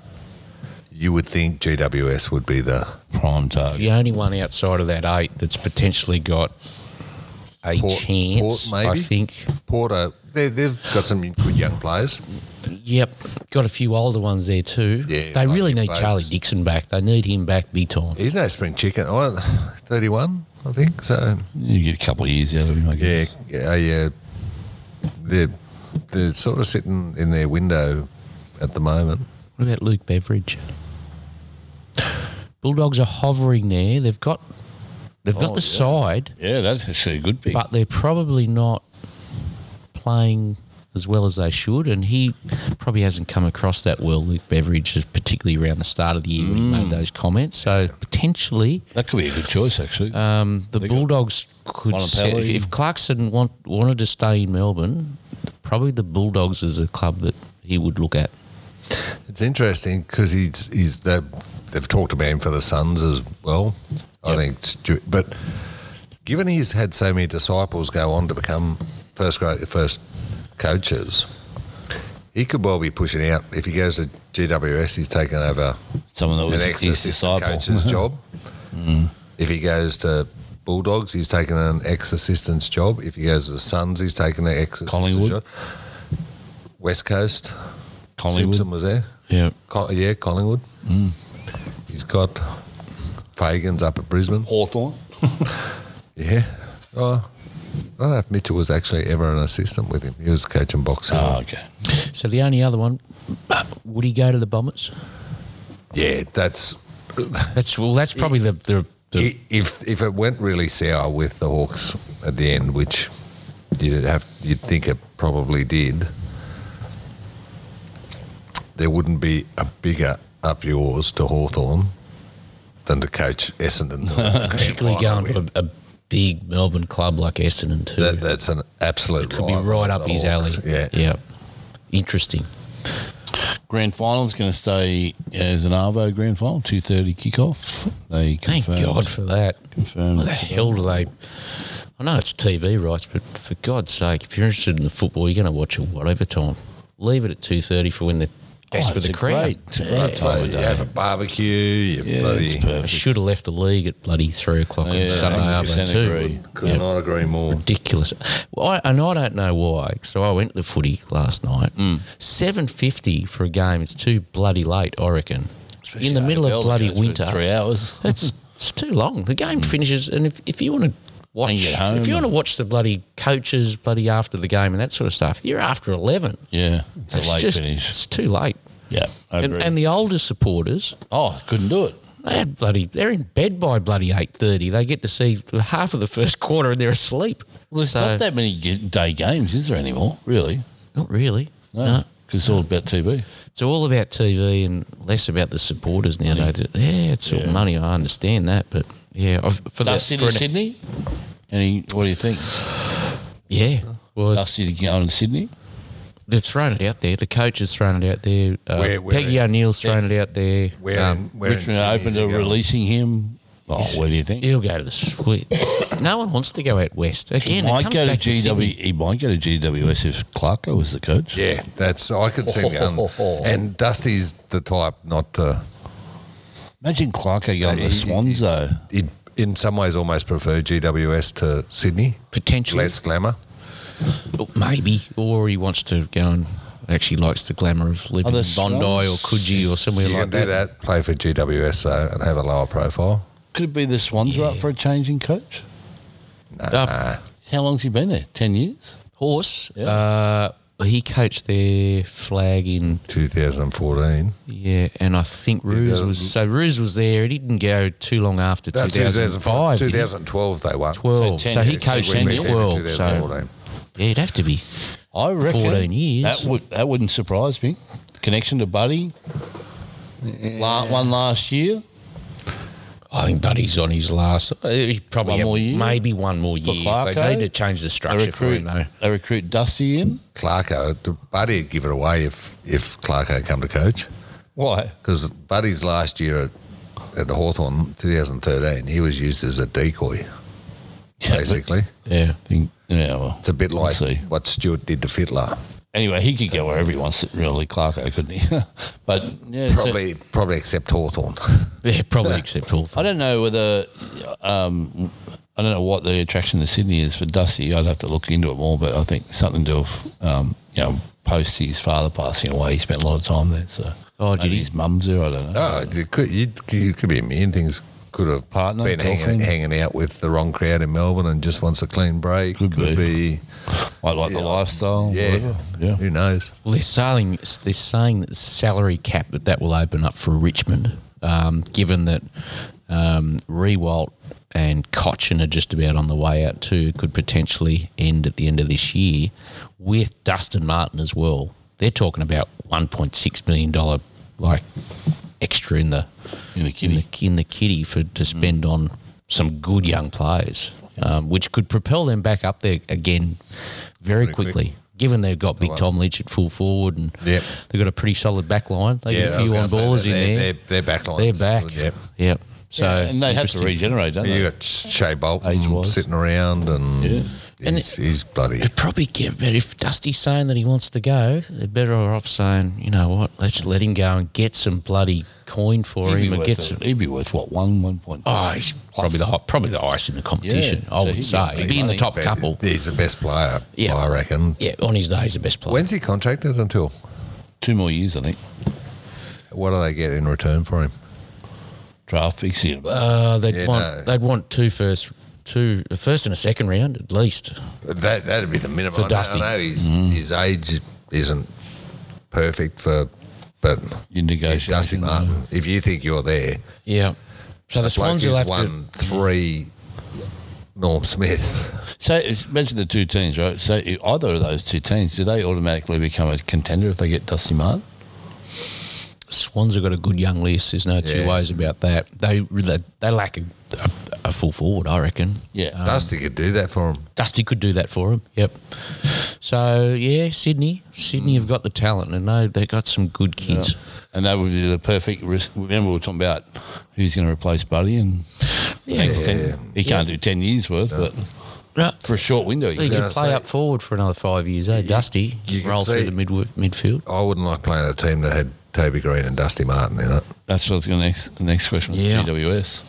You would think GWS would be the prime target. the only one outside of that eight that's potentially got a Port- chance. Port maybe? I think. Porter. They, they've got some good young players. Yep, got a few older ones there too. Yeah, they like really your need Bakes. Charlie Dixon back. They need him back big time. He's no spring chicken. Oh, 31, I think. So You get a couple of years out of him, I Yeah, guess. yeah, uh, yeah. They're they're sort of sitting in their window at the moment. What about Luke Beveridge? Bulldogs are hovering there. They've got they've got Oh, the yeah. side, Yeah, that's actually a good pick. but they're probably not playing as well as they should. And he probably hasn't come across that well. Luke Beveridge is particularly around the start of the year when he Mm. made those comments. So potentially. that could be a good choice, actually. Um, the They got Bulldogs could. Set, if, Montpellier. if Clarkson want, wanted to stay in Melbourne, probably the Bulldogs is a club that he would look at. It's interesting because he's he's they've, they've talked about him for the Suns as well. I Yep. think, Stu- but given he's had so many disciples go on to become first grade first coaches, he could well be pushing out if he goes to GWS. He's taken over Someone that an was ex his assistant disciple. Hmm. coach's job. If he goes to Bulldogs, he's taken an ex assistant's job. If he goes to the Suns, he's taken an ex assistant's Collingwood. job. West Coast, Collingwood. Hmm. Simpson was there. Yeah. Col- yeah, Collingwood. He's got Fagan's up at Brisbane. Hawthorn. Yeah. Oh, I don't know if Mitchell was actually ever an assistant with him. He was coaching boxing. Oh, okay. So the only other one, would he go to the Bombers? Yeah, that's That's well, that's probably the the, the i- if if it went really sour with the Hawks at the end, which you'd have you'd think it probably did. There wouldn't be a bigger up yours to Hawthorn than to coach Essendon. to a grand particularly final going win. to a, a big Melbourne club like Essendon too. That, that's an absolute. could be rival right to up the his Hawks. alley. Yeah. Yeah. Interesting. Grand final is going to stay as an Arvo grand final, two thirty kickoff. They Thank confirmed. God for that. Confirmed. What the hell do they? I know it's TV rights, but for God's sake, if you're interested in the football, you're going to watch it whatever time. Leave it at two thirty for when the best for Oh, it's the a crowd. great- it's a great So you have a barbecue. You Yeah, bloody it's I perfect. should have left the league at bloody three o'clock on Yeah, Sunday 100% afternoon agree. too. could not agree more. ridiculous. Well, I, and I don't know why. So I went to the footy last night. Hmm. Seven fifty for a game is too bloody late. I reckon. in the AFL middle of that bloody goes for winter, three hours. it's it's too long. The game finishes, and if, if you want to Hmm. watch, And you get home if you want to and- watch the bloody coaches, bloody after the game and that sort of stuff, you're after eleven. Yeah, it's a It's late just finish. it's too late. Yeah, I And, agree. and the older supporters, oh, couldn't do it. they had bloody, they're in bed by bloody eight thirty. They get to see half of the first quarter and they're asleep. Well, there's So- not that many ge- day games, is there anymore? Really? Not really. No, no. because it's all about TV. It's all about TV and less about the supporters nowadays. Yeah, it's all money. I understand that, but yeah, I've, for that, Dusty for to an- Sydney. Any? What do you think? yeah. Well, Dusty to go to Sydney. they've thrown it out there. The coach has thrown it out there. Uh, Where- where Peggy in- O'Neill's thrown it out there. Where in, Um, where in Richmond Sydney open is to he going? releasing him. Oh, what do you think? he'll go to the squid. no one wants to go out west He again. it might comes go to back to GW. Sydney. he might go to GWS if Clarko was the coach. Yeah, that's I could see him going. And Dusty's the type not to. Imagine Clarko going to he- the Swans though. He'd in some ways almost prefer GWS to Sydney. potentially, Less glamour. maybe, or he wants to go and actually likes the glamour of living the in Bondi or Swans? Coogee or somewhere You like can do that. Play for GWS though, uh, and have a lower profile. Could it be the Swans are up for a change in coach? Uh, How long's he been there? Ten years. Horse. Uh, he coached their flag in 2014. yeah, and I think Ruse the- was so Ruse was there. He didn't go too long after No, 2005. 2005 2012 they won. twelve. So So, 10 he years. coached So we in met him in 12. So 2014. yeah, it'd have to be. I reckon 14 years. That would that wouldn't surprise me. Connection to Buddy. La- one last year. I think Buddy's on his last. uh, He probably One have- more year? maybe one more For year. Clarko? They need to change the They structure for him recruit. though. They recruit Dusty in. Clarko, the Buddy'd give it away if if Clarko come to coach. Why? Because Buddy's last year at, at Hawthorn, 2013, he was used as a decoy, basically. Yeah, Think, yeah. Well, It's a bit we'll like see. what Stewart did to Fiddler. Anyway, he could go wherever he wants. to, Really, Clarko couldn't he? but yeah, so- Probably, probably except Hawthorn. yeah, probably except all. I don't know whether um, I don't know what the attraction to Sydney is for Dusty. I'd have to look into it more, but I think something to do um, you know post his father passing away. He spent a lot of time there. So Oh, did Maybe he? His mum's there. I don't know. oh, it could, you, you could be a million things. Could have Partner, been hanging, girlfriend. hanging out with the wrong crowd in Melbourne and just wants a clean break. Could be. I like the lifestyle. yeah, whatever. yeah. Who knows? Well, they're saying they're saying that the salary cap that that will open up for Richmond, um, given that um, Rewalt and Cochin are just about on the way out too, could potentially end at the end of this year, with Dustin Martin as well. They're talking about one point six million dollar like extra in the In the in the kitty. Mm. in the kitty for to spend on some good young players, um, which could propel them back up there again very Pretty quick. quickly. Given they've got Big well. Tom Lynch at full forward and Yep. they've got a pretty solid back line, they get I a was few gonna on say ballers that. in They're- there. They're, they're back line. They're, back. Yep. Yep. So and they have to interesting. regenerate, don't You they? got Shea Bolton Age-wise. sitting around and yeah. And he's, he's bloody. It'd probably get better if Dusty's saying that he wants to go. They're better off saying, you know what, let's just let him go and get some bloody coin for He'd be, him and worth get a- some. he'd be worth what one one point. Oh, he's probably the hot, probably the ice in the competition. Yeah, I so would he'd be say he'd be in the amazing. top But couple. He's the best player, Yeah. I reckon. Yeah, on his day, he's the best player. When's he contracted until? two more years, I think. What do they get in return for him? Draft picks here. uh, they'd Yeah, want no. they'd want two first, two a first and a second round at least. That that'd be the minimum. For I know- Dusty. Mm. I know his his age isn't perfect for, but Your he's negotiation. Dusty Martin. uh, If you think you're there, Yeah. So the bloke Swans will who's have won to. three Norm Smiths. So it's- mention the two teams, right? So i- either of those two teams, do they automatically become a contender if they get Dusty Martin? Swans have got a good young list. There's no two Yeah. ways about that. They they, they lack a, a, a full forward, I reckon. Yeah. Dusty could do that for him. Dusty could do that for him. Yep. So yeah, Sydney, Sydney have got the talent, and no, they've got some good kids. And that would be the perfect risk. Remember, we were talking about who's going to replace Buddy, and Yeah, next Yeah. ten, he can't do ten years worth, but No, for a short window, he he can. can gonna play say- up forward for another five years, eh? Dusty you can roll see- through the mid midfield. I wouldn't like playing a team that had Toby Green and Dusty Martin in it. That's what's going to next. The next question. Yeah. Yeah. GWS.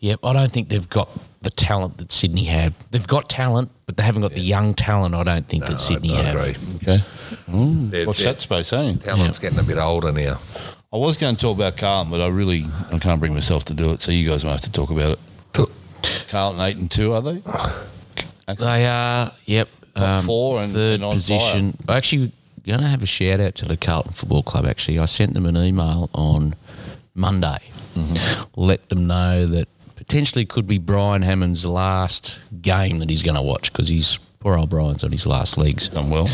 Yep, I don't think they've got the talent that Sydney have. They've got talent, but they haven't got the young talent. I don't think that Sydney I, I have. agree. Okay. Their- What's their that space saying? Talent's getting a bit older now. I was going to talk about Carlton, but I really I can't bring myself to do it. So you guys might have to talk about it. Carlton eight and two are they? They are. Yep. um, Top four and- third and on position. I Actually, going to have a shout out to the Carlton Football Club. Actually, I sent them an email on Monday. Mm-hmm. Let them know that potentially could be Brian Hammond's last game that he's going to watch because he's poor old Brian's on his last legs Done well.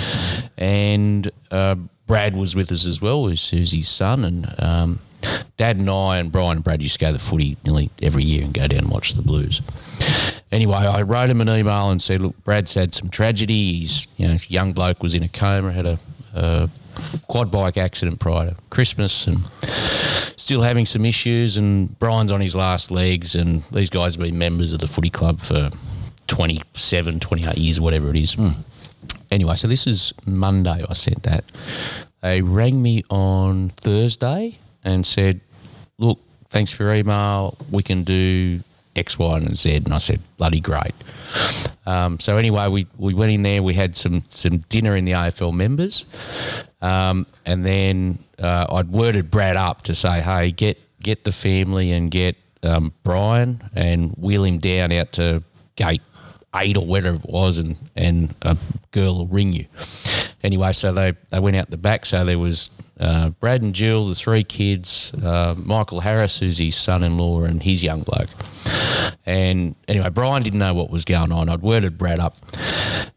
and uh, Brad was with us as well, who's, who's his son. And um, Dad and I and Brian and Brad used to go to the footy nearly every year and go down and watch the Blues. Anyway, I wrote him an email and said, "Look, Brad's had some tragedy. He's you know, a young bloke was in a coma, had a, a quad bike accident prior to Christmas, and still having some issues. And Brian's on his last legs, and these guys have been members of the footy club for 27, 28 years, whatever it is." anyway, so this is Monday. I sent that. They rang me on Thursday and said, "Look, thanks for your email. We can do X, Y, and Z." And I said, "Bloody great." Um, so anyway, we, we went in there. We had some some dinner in the AFL members, um, and then uh, I'd worded Brad up to say, "Hey, get get the family and get um, Brian and wheel him down out to gate eight or whatever it was, and and a girl will ring you." Anyway, so they they went out the back. So there was uh, Brad and Jill, the three kids, uh, Michael Harris, who's his son-in-law, and his young bloke. And anyway, Brian didn't know what was going on. I'd worded Brad up.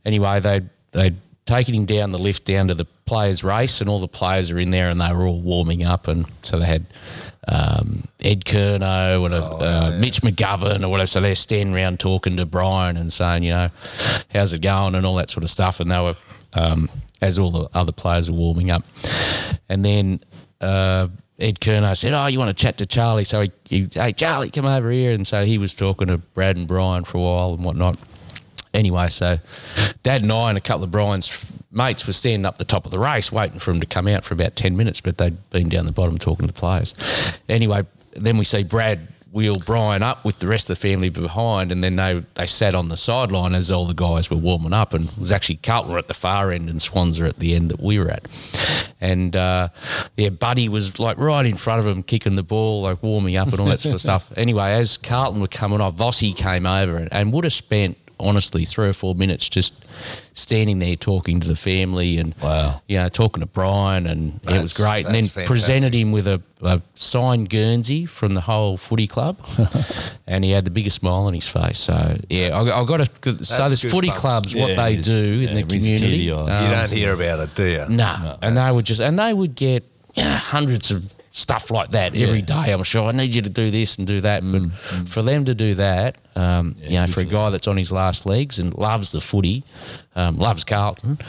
Anyway, they they'd taken him down the lift down to the players' race, and all the players are in there, and they were all warming up, and so they had. Um, Ed Kerno and a, uh, Mitch McGovern or whatever. So they're standing around talking to Brian and saying, you know, how's it going and all that sort of stuff. And they were, um, as all the other players were warming up. And then uh, Ed Kerno said, "Oh, you want to chat to Charlie?" So he, he, "Hey, Charlie, come over here." And so he was talking to Brad and Brian for a while and whatnot. Anyway, so Dad and I and a couple of Brian's f- mates were standing up the top of the race waiting for him to come out for about ten minutes, but they'd been down the bottom talking to the players. Anyway, then we see Brad wheel Brian up with the rest of the family behind, and then they they sat on the sideline as all the guys were warming up, and it was actually Carlton were at the far end and Swans are at the end that we were at, and uh, yeah, Buddy was like right in front of him kicking the ball, like warming up and all that sort of stuff. Anyway, as Carlton were coming off, Vossi came over and, and would have spent honestly three or four minutes just standing there talking to the family and Wow. you know, talking to Brian and yeah, it was That's- great. And then that's fantastic. presented him with a, a signed Guernsey from the whole footy club, and he had the biggest smile on his face. So yeah, I, I got to so there's that's footy goosebumps. clubs what Yeah, they it is. do in Yeah, the it brings community. teary eyes. You Um, don't hear about it, do you? No, and they would just and they would get yeah, hundreds of stuff like that every day. I'm sure I need you to do this and do that, but Mm, for them to do that, um, you know, for a guy that's on his last legs and loves the footy, um, loves Carlton,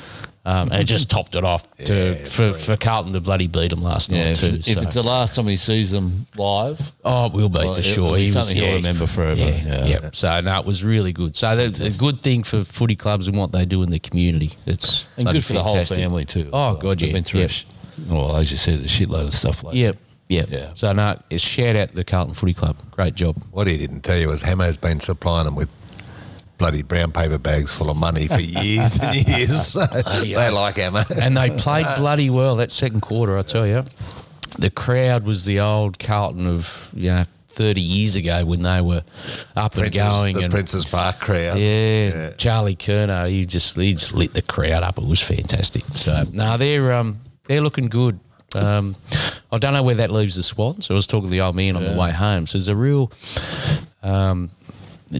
Um, and it just topped it off to for, for Carlton to bloody beat them last Yeah, night if, too. if so- it's the last time he sees them live, Oh, it will be Well, for it- sure. it'll be He was- something he'll yeah, remember forever, Yeah, yeah. yeah. So no, it was really good. So the, the good thing for footy clubs and what they do in the community, it's and bloody good for the fantastic. whole family too. as Oh well. god, They've yeah. been through. yeah. a sh- well, as you said, a shitload of stuff like Yep. Yep. Yeah. So no, it's shout out to the Carlton Footy Club. Great job. What he didn't tell you is Hammo's been supplying them with bloody brown paper bags full of money for years and years. So they like Hammo. And they played bloody well that second quarter, I tell you. The crowd was the old Carlton of, you know, 30 years ago when they were up Princes, and going. the and Princess Park crowd. Yeah, Yeah. Charlie Kerno, he just he just lit the crowd up. It was fantastic. So now they're um they're looking good. Um, I don't know where that leaves the Swans. I was talking to the old man on the way home. So there's a real um,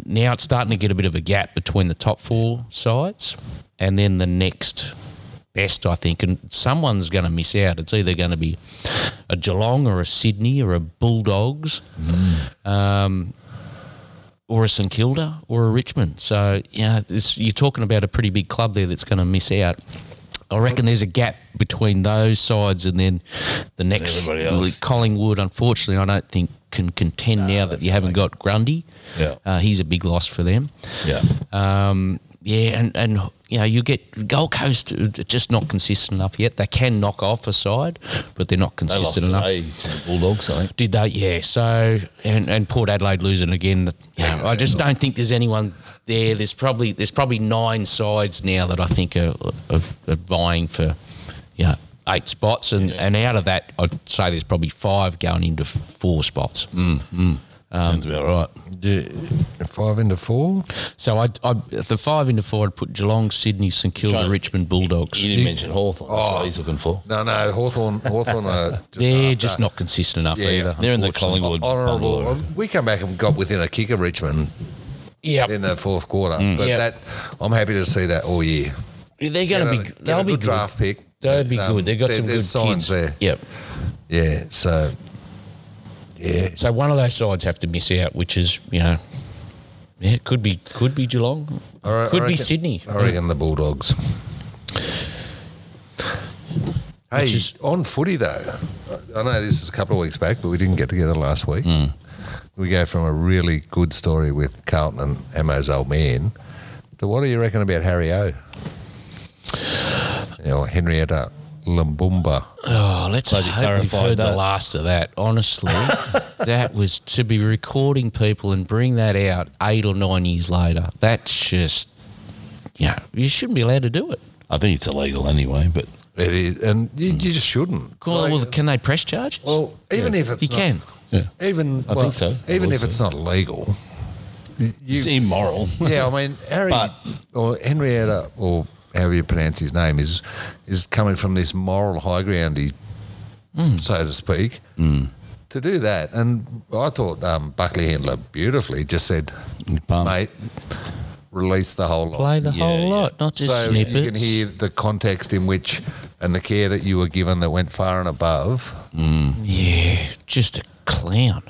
now it's starting to get a bit of a gap between the top four sides and then the next best, I think. And someone's going to miss out. It's either going to be a Geelong or a Sydney or a Bulldogs um, or a St Kilda or a Richmond. So yeah, it's, you're talking about a pretty big club there that's going to miss out. I reckon there's a gap between those sides and then the next Everybody else. Collingwood. Unfortunately, I don't think can contend now that you haven't got Grundy. Yeah. uh, he's a big loss for them. Yeah. Um, yeah, and and you know you get Gold Coast uh, just not consistent enough yet. They can knock off a side, but they're not They lost consistent enough. today to the Bulldogs, I think. Did they? Yeah. So and, and Port Adelaide losing again. You know, I just don't think there's anyone there. There's probably there's probably nine sides now that I think are, are, are vying for you know eight spots, and, and out of that I'd say there's probably five going into four spots. Mm. Sounds about right. Five into four. So I I the five into four I'd put Geelong, Sydney, St Kilda, Shane, Richmond Bulldogs. You didn't mention Hawthorn. That's what he's looking for. No, no, Hawthorn. Hawthorn are just They're after. just not consistent enough Yeah, either. They're in the unfortunately. Collingwood honourable. bundle. We come back and got within a kick of Richmond Yep. in the fourth quarter, but Yep. that I'm happy to see that all year. They're going to Get be a- get they'll a be good good. draft pick. They'll be Um, good. They've got there- some good there's signs kids. there. Yep. Yeah, so yeah, So one of those sides have to miss out, which is you know, yeah, it could be could be Geelong, I re- I could be reckon- Sydney. I reckon the Bulldogs. Hey, Which is- on footy though, I know this is a couple of weeks back, but we didn't get together last week. Hmm. We go from a really good story with Carlton and Ammo's old man to what do you reckon about Harry O? You know, Henrietta Lumbumba. Oh, let's Glad you hope we've clarified heard the that. last of that. Honestly, that was to be recording people and bring that out eight or nine years later. That's just yeah, you shouldn't be allowed to do it. I think it's illegal anyway, but It is, and you, you just shouldn't. Well, Like, well, can they press charges? well, even if it's you not- can. yeah. even I well, think so. I Even would if say. it's not legal, it's immoral. yeah, I mean Harry But- or Henrietta or however you pronounce his name is is coming from this moral high ground, he, Hmm. so to speak, to do that. And I thought um, Buckley Handler beautifully just said, Bum. "Mate, release the whole lot." Um, Play the Yeah, whole yeah. lot, not just so snippets. you can hear the context in which and the care that you were given that went far and above. Yeah, just a clown.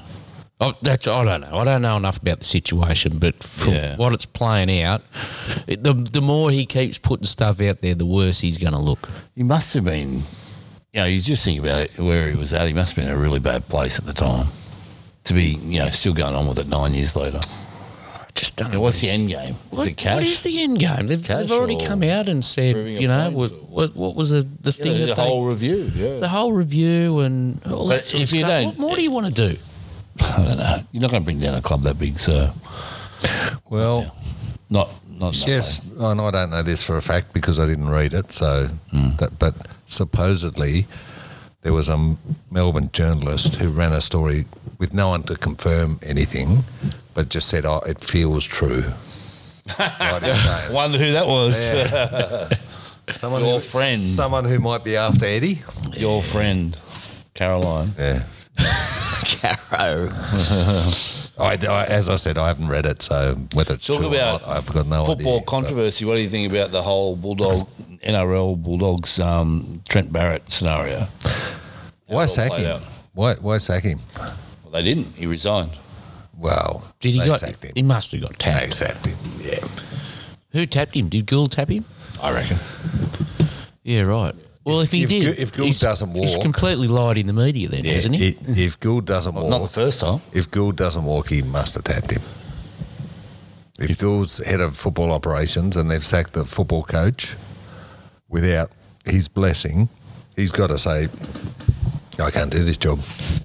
Oh, that's I don't know. I don't know enough about the situation, but from Yeah. what it's playing out, it, the the more he keeps putting stuff out there, the worse he's going to look. He must have been, you know, you just think about it, where he was at. He must have been in a really bad place at the time to be, you know, still going on with it nine years later. I just don't. You know, what's the end game? Is What, it cash? what is the end game? They've, Cash they've already or come out and said, proving a you know, point what, or- what what was the Yeah, the thing they did that a they, whole review? Yeah. the whole review and all But that sort of if you stuff. don't- what more do you want to do? I don't know. You're not going to bring down a club that big, so Well. not not. in that Yes, and I don't know this for a fact because I didn't read it. So, Hmm. that, but supposedly there was a M- Melbourne journalist who ran a story with no one to confirm anything, but just said, "Oh, it feels true." Right, way. okay. Wonder who that was. someone Your who, friend. someone who might be after Eddie. Your friend Caroline. Yeah, Caro. I, I- as I said, I haven't read it, so whether it's Talk true about or not, I've got no football idea. but- controversy. What do you think about the whole Bulldog NRL Bulldogs um, Trent Barrett scenario? it Why all sack played him? out. Why, why sack him? Well, they didn't. He resigned. Well, Did he they got? sacked him? He must have got They tapped. sacked him. Yeah. Who tapped him? Did Gould tap him? I reckon. Yeah, right. Well, if he if did, Gu- if Gould he's- doesn't he's walk- completely lied in the media, then, Yeah, isn't he? i- if Gould doesn't walk, Not the first time. if Gould doesn't walk, he must have tapped him. If, Gould's head of football operations and they've sacked the football coach without his blessing, he's got to say, "I can't do this job."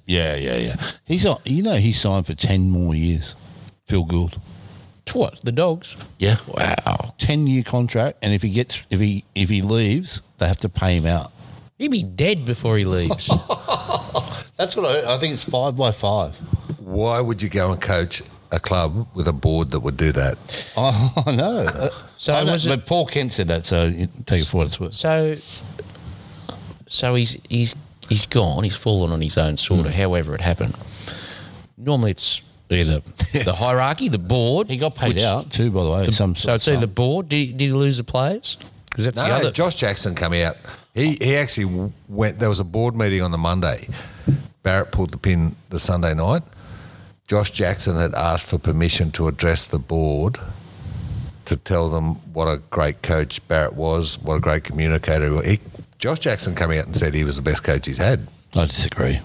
Yeah, yeah, yeah. He's on, you know he signed for ten more years. Phil Gould. What the dogs? Yeah. Wow, Ten year contract and if he gets if he if he leaves, they have to pay him out. he'd be dead before he leaves. That's what I, I think it's five by five. Why would you go and coach a club with a board that would do that? I, I know. So Uh, I know, was it- but Paul Kent said that, so you take it for what it's worth. so, so he's he's he's gone. He's fallen on his own Hmm. sword. or However, it happened. Normally, it's either the hierarchy, the board. He got paid which- out too, by the way. the- some so it's either the board. Did he, did he lose the players? Because that's the No, other. Josh Jackson come out. He he actually w- went. There was a board meeting on the Monday. Barrett pulled the pin the Sunday night. Josh Jackson had asked for permission to address the board to tell them what a great coach Barrett was, what a great communicator. he wa- He, Josh Jackson came out and said he was the best coach he's had. I disagree.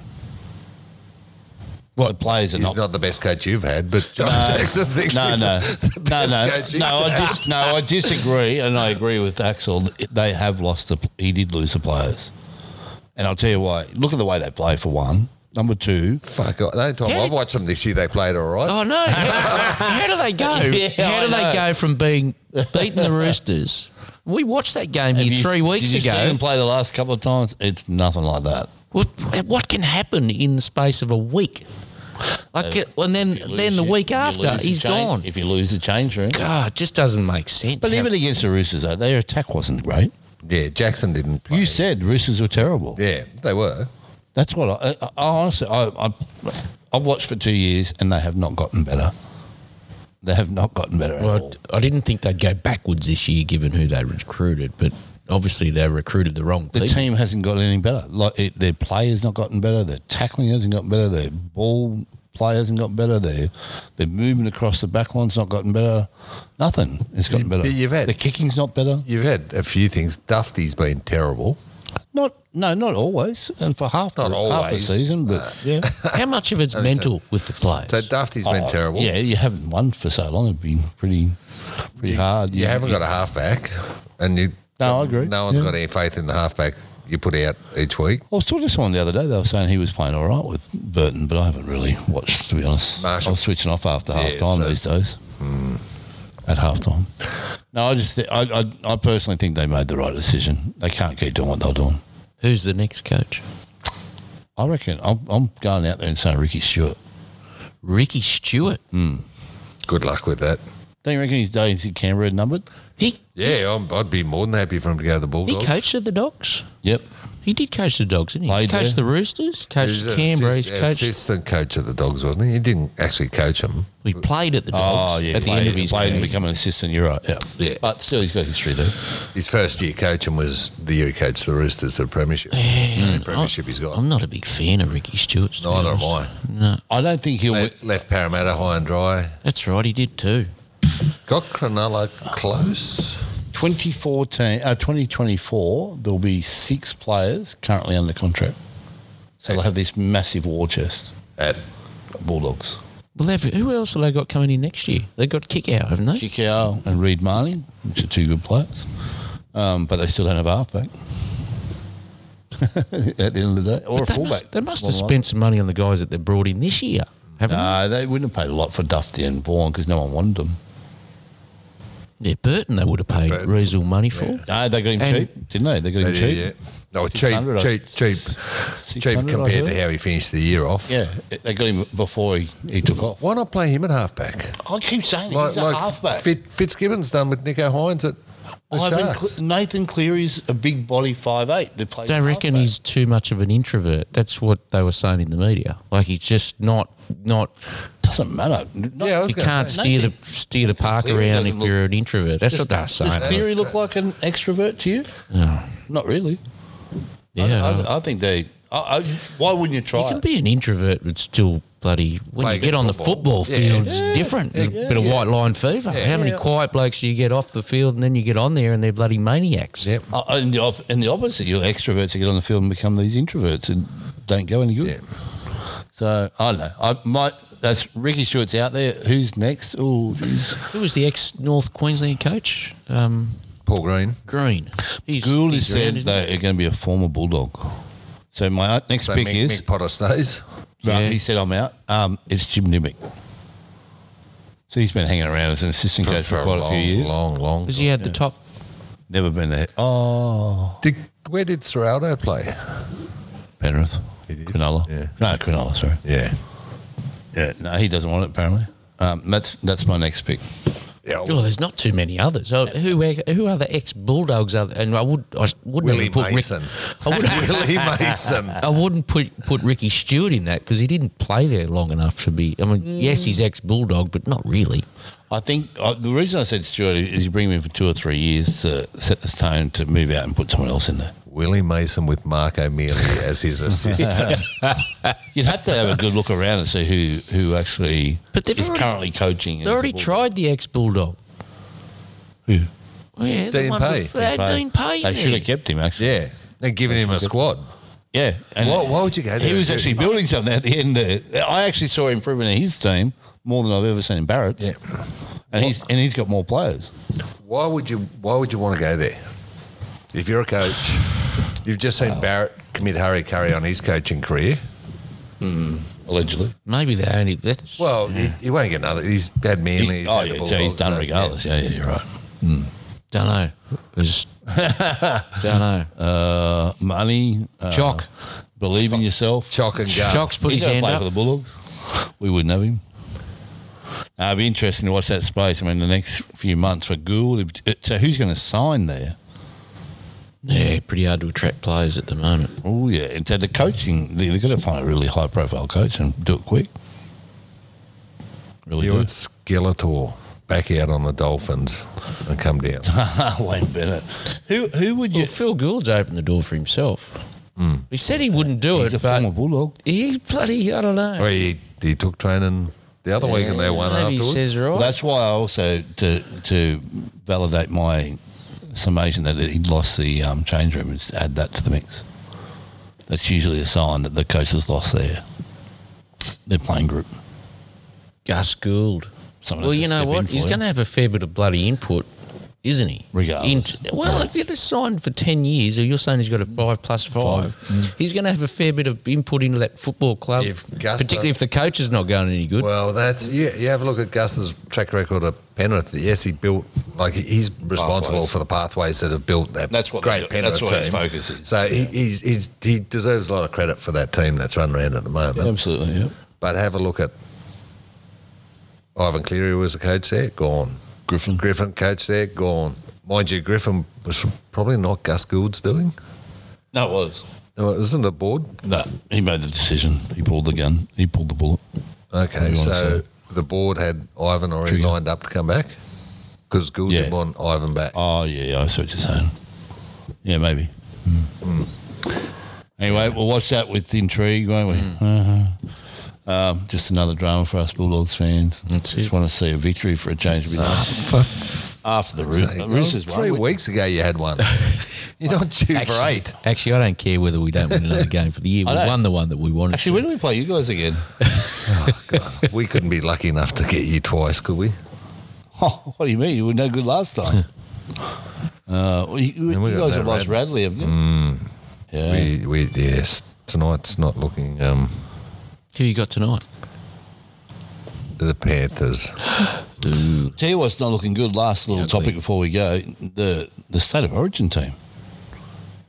What the players are He's not not, the best coach you've had, but Josh Jackson thinks no, he's no, the no, best no, coach he's no. I had. dis- no, I disagree, and I agree with Axel. They have lost the. He did lose the players, and I'll tell you why. Look at the way they play. For one, number two, Fuck, I- no, Tom, How I've did- watched them this year. They played all right. Oh no! How, how do they go? Yeah, how do I they know. go from being beating the Roosters? We watched that game Have here you- three weeks did you see ago. them play the last couple of times. It's nothing like that. What, what can happen in the space of a week? Like, it- and then Uh, You then lose the it, week you after lose the he's change- gone. If you lose the change room, God, it just doesn't make sense. but How- even against the Roosters, though, their attack wasn't great. Yeah, Jackson didn't play. You said Roosters were terrible. yeah, they were. That's what I, I, I honestly, I, I, I've watched for two years and they have not gotten better. They have not gotten better at all. well, I I didn't think they'd go backwards this year, given who they recruited. But obviously, they recruited the wrong The people. team hasn't got any better. Like it, their play has not gotten better. Their tackling hasn't gotten better. Their ball play hasn't gotten better. Their their movement across the back line's not gotten better. Nothing has gotten better. you've had- the kicking's not better. You've had a few things. Dufty's been terrible. Not no, not always. And for half Not the, half the always. season, but yeah, How much of it's mental with the players? So Dufty's been Oh, terrible. Yeah, you haven't won for so long. It'd been pretty pretty hard. You haven't got a halfback, and you. No, I agree. No one's Yeah. got any faith in the halfback you put out each week. I was talking to someone the other day. They were saying he was playing all right with Burton, but I haven't really watched to be honest. Marshall. I was switching off after half Yeah, time so- these days. Hmm. At half time, no, I just I, I I personally think they made the right decision. They can't keep doing what they're doing. Who's the next coach? I reckon I'm, I'm going out there and saying Ricky Stewart. Ricky Stewart. Good luck with that. Don't you reckon his days in Canberra are numbered? He Yeah, I'm, I'd be more than happy for him to go to the he Bulldogs. coached at the Dogs. Yep. He did coach the Dogs, didn't he? Played He's coached there. the Roosters. He Coached was an Canberra. assist- He's coached. assistant coach of the Dogs, wasn't he? He didn't actually coach them. We played Oh, at the Oh, Dogs at the end of his played and career. become an assistant. You're right. Yeah. Yeah. But still, he's got history there. His first year coaching was the year he coached the Roosters to the Premiership. Yeah, premiership he's got. I'm not a big fan of Ricky Stewart. to be Neither am I. honest. I don't think he'll. Le- left Parramatta high and dry. That's right, he did too. Got Cronulla close. 2014, uh, 2024, there'll be six players currently under contract. So they'll have this massive war chest At at Bulldogs. Well, they've, who else have they got coming in next year? They've got kick out, haven't they? Kikau and Reed Marnie, which are two good players. Um, but they still don't have a halfback at the end of the day, or But a they fullback. must, they must have Well, spent some money on the guys that they brought in this year, haven't No, they wouldn't have paid a lot for Dufty and Vaughan because no one wanted them. they? Yeah, Burton they would have paid Burton. reasonable money for. No, they got him And- cheap, didn't they? They got him yeah, cheap. yeah. No, cheap, 600, I- cheap, cheap, cheap 600, I compared heard. to how he finished the year off. Yeah, they got him before he, he took off. Why not play him at halfback? I keep saying Like, he's a like halfback. Fit, Fitzgibbon's done with Nico Hines at the Ivan Sharks. Cle- Nathan Cleary's a big body five eight. They play. They reckon he's too much of an introvert. That's what they were saying in the media. Like he's just not not. doesn't matter. Not, Yeah, I was You gonna can't say- steer the Nathan- steer the park Cleary around if doesn't you're an introvert. That's what they're does, saying. does Cleary look like an extrovert to you? No. Not really. yeah, I, I, I think they. I, I, why wouldn't you try? you can it? be an introvert but still bloody when Play a you bit get of on the football football. field, it's different. There's a bit of white line fever. How many quiet blokes do you get off the field, and then you get on there, and they're bloody maniacs. Yep. Uh, and, the, op- and the opposite, you extroverts who get on the field and become these introverts and don't go any good. Yeah. So I don't know. I might. That's Ricky Stewart's out there. Who's next? Oh, Who was the ex North Queensland coach? Um, Paul Green. Green. He's, Gould has he's around, said isn't they're going to be a former bulldog. So my o- next So pick Mick, is Mick Potter stays. Right, Yeah. he said I'm out. Um, it's Jim Nimmick. So he's been hanging around as an assistant coach for, quite a, long, few years. Long, long. he? Is he at the top? Never been there. Oh, Did, where did Serraldo play? Penrith, He did? Cronulla. Yeah. No, Cronulla. Sorry. Yeah. Yeah, no, he doesn't want it apparently. Um, that's that's my next pick. Yeah. Oh, there's not too many others. Oh, who who are the ex Bulldogs? Other and I would I wouldn't Willie even put Rick- Mason. I wouldn't, Willie Mason. I wouldn't put, put Ricky Stewart in that because he didn't play there long enough to be. I mean, yes, he's ex Bulldog, but not really. I think uh, the reason I said Stuart is you bring him in for two or three years to set the tone to move out and put someone else in there. Willie Mason with Mark O'Mealy as his assistant. You'd have to have a good look around and see who who actually But they've is already- currently coaching. They already tried the ex Bulldog. Who? Yeah, the Dean one Pay. with- they had Dean Pay. in They should there. have kept him actually. yeah. And giving him a squad. Yeah. And Why- why would you go He there was and do- actually building something at the end. There. I actually saw improvement in his team more than I've ever seen in Barrett's. Yeah. And he's and he's got more players. Why would you why would you want to go there? If you're a coach, you've just seen Barrett commit Harry Curry on his coaching career. Allegedly. Maybe they only. That's, Well, he, he won't get another. He's had Manly. He- he's oh had the yeah, so he's Bulldogs, done so, regardless. Yeah, yeah, you're right. don't know. don't know. Uh, money, uh, Jock. believe in yourself. Chalk and Gus. Jock's put He his don't hand play up. for the Bulldogs. We wouldn't have him. Uh, it'd be interesting to watch that space. I mean, the next few months for Gould. it- So who's going to sign there? yeah, pretty hard to attract players at the moment. Oh yeah, and so the coaching they- they've got to find a really high profile coach and do it quick. Really You good. and Skeletor back out on the Dolphins and come down. Wayne Bennett. Who who would you? Well, Phil Gould's opened the door for himself. He said he wouldn't do Mm. He's a it, Oh, but former bulldog. he bloody I don't know. Well, he, he took training the other week and they won Maybe afterwards. He says right. Well, that's why I also to to validate my summation that he lost the um, change room is add that to the mix. That's usually a sign that the coach has lost their their playing group. Gus Gould. Someone Well, has to you know step in what? for He's him. going to have a fair bit of bloody input, isn't he? Regardless. Int- well, if you're just signed for 10 years, or you're saying he's got a five plus five, he's going to have a fair bit of input into that football club, If Gus particularly if the coach is not going any good. Well, that's yeah. You have a look at Gus's track record at Penrith. Yes, he built like he- he's responsible Pathways. for the pathways that have built that. That's what great they- Penrith that's what his team. focus is. So he, he's, he's he deserves a lot of credit for that team that's run around at the moment. Absolutely, yeah. But have a look at Ivan Cleary was a coach there, gone. Griffin. Griffin coach there, gone. Mind you, Griffin was probably not Gus Gould's doing. No, it was. No, it wasn't the board. No, he made the decision. He pulled the gun. He pulled the bullet. What do Okay, you wanna so say? the board had Ivan already Trigger. lined up to come back because Gould didn't Yeah. want Ivan back. Oh yeah, yeah, I see what you're saying. Yeah, maybe. Hmm. Anyway, we'll watch that with intrigue, won't we? Hmm. Uh-huh. Um, just another drama for us Bulldogs fans. That's just it. want to see a victory for a change. Would be Ah, nice. After the Roos- Say, the well, Roosters, Oh, three won. weeks ago you had one. You're not due for actually, eight. actually, I don't care whether we don't win another game for the year. We I don't- won the one that we wanted. Actually, to. when do we play you guys again? We couldn't be lucky enough to get you twice, could we? Oh, what do you mean? You were no good last time. uh, well, you, And we you got guys no have lost Rad- Radley, haven't you? Yeah. We, we yes. Tonight's not looking. Um, Who you got tonight? the Panthers. Tell you what's not looking good. Last little Ugly. topic before we go the the state of origin team.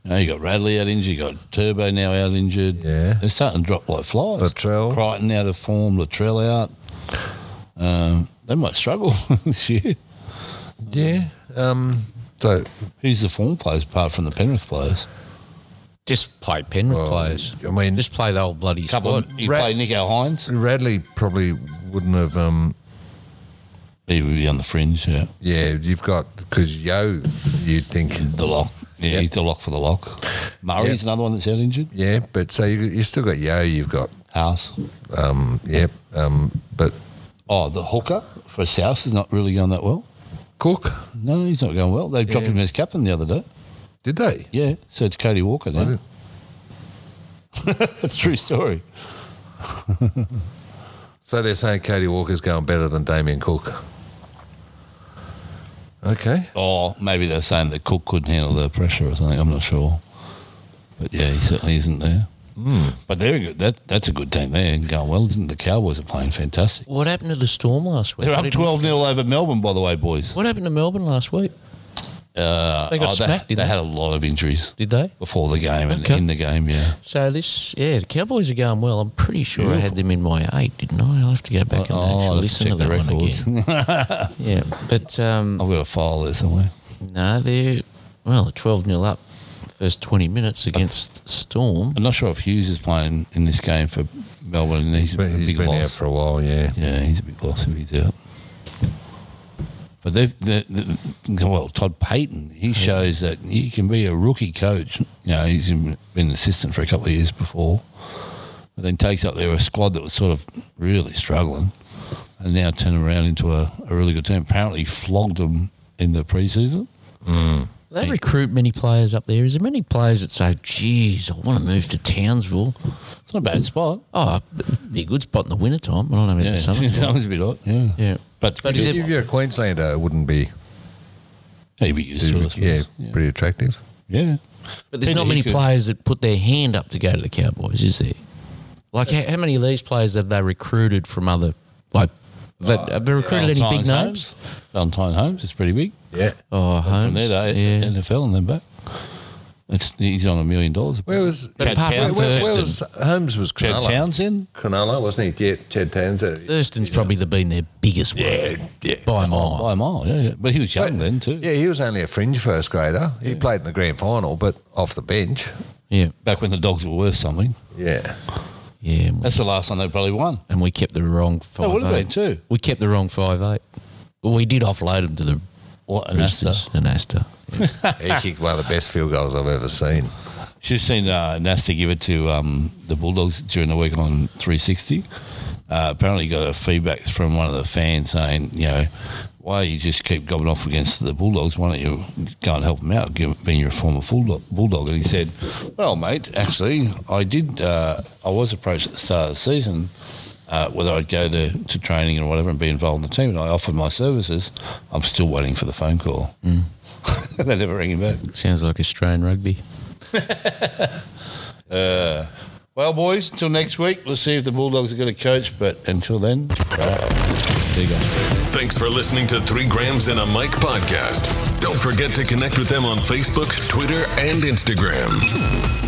You, know, you got Radley out injured. You got Turbo now out injured. Yeah. they're starting to drop like flies. Luttrell. Crichton out of form. Latrell out. Um, they might struggle this year. Yeah. Um. So Who's the form players apart from the Penrith players? Just play Penrith Well, players. I mean- just play the whole bloody Couple. squad. Of, you Ra- play Nico Hines. Radley probably wouldn't have. Um. He would be on the fringe. Yeah, Yeah. You've got because Yo. You'd think. the lock. Yeah, he's the lock for the lock. Murray's Yep. another one that's out injured. Yeah, but so you you still got Yo. You've got House. Um, yep. Um, but Oh, the hooker for South is not really going that well. Cook, No, he's not going well. They dropped him as captain the other day. did they? Yeah, so it's Cody Walker now. That's a true story. So they're saying Cody Walker's going better than Damien Cook. Okay. Or maybe they're saying that Cook couldn't handle the pressure or something. I'm not sure. But yeah, he certainly isn't there. Hmm. But they're a good, that that's a good team there and going well. Didn't the Cowboys are playing fantastic? What happened to the Storm last week? They're I up didn't- twelve 0 over Melbourne, by the way, boys. What happened to Melbourne last week? Uh, they got Oh, smacked, they, didn't they they? had a lot of injuries Did they? before the game and Okay. in the game. Yeah, So this, yeah, the Cowboys are going well. I'm pretty sure I had them in my eight, didn't I? Uh, I'll have to go back and I'll have actually to listen oh, check to that the one records. again. yeah, but um, I've got a file there somewhere. no, they're well, 12 0 up first 20 minutes against Storm. I'm not sure if Hughes is playing in this game for Melbourne. And he's, But a he's big been out loss. for a while, yeah. Yeah, he's a big loss if he's out. But they've, they well, Todd Payton, he shows that you can be a rookie coach. You know, he's been an assistant for a couple of years before, but then takes up there a squad that was sort of really struggling and now turn around into a, a really good team. Apparently, flogged them in the preseason. They recruit many players up there. Is there many players that say, geez, I want to move to Townsville? It's not a bad spot. Oh, it'd be a good spot in the wintertime. I don't know about Yeah, the summer. that was a bit odd. Yeah. Yeah. But, But is If it- you're a Queenslander, it wouldn't be he'd be used to it, I suppose. yeah, yeah. pretty attractive. Yeah. But there's Peter not many Hickey. players that put their hand up to go to the Cowboys, is there? Like, how, how many of these players have they recruited from other, like, that, have they recruited any big Valentine names? Uh, Holmes. Valentine Holmes is pretty big. Yeah. Oh, Holmes. from there to yeah. NFL and then back. It's he's on a million dollars. Where was Chad apart from where, Townsend? where- where Thurston. was Holmes was Chad Cronulla. Townsend? Cronulla, wasn't he? Yeah, Chad Townsend. Thurston's probably the, been their biggest one yeah, yeah. by a mile. By a mile, yeah, yeah. But he was young then too. Yeah, he was only a fringe first grader. He played in the grand final, but off the bench. Yeah, Back when the dogs were worth something. Yeah. yeah. And we, That's the last one they probably won. and we kept the wrong five. That would have been eight. too. We kept the wrong five eight. Well, we did offload them to the What an Roosters Asta. and Asta. he kicked one of the best field goals I've ever seen. She's seen uh, Nasta give it to um, the Bulldogs during the week on 360. Uh, apparently, got a feedback from one of the fans saying, you know, why you just keep gobbing off against the Bulldogs? Why don't you go and help them out, give- being your former Bulldog? Bulldog? And he said, well, mate, actually, I did, uh, I was approached at the start of the season. Uh, whether I'd go to, to training or whatever and be involved in the team, and I offered my services, I'm still waiting for the phone call. they never ring him back. Sounds like Australian rugby. Well, boys, until next week, we'll see if the Bulldogs are going to coach. But until then, there you go. Thanks for listening to Three Grams and a Mic podcast. Don't forget to connect with them on Facebook, Twitter, and Instagram.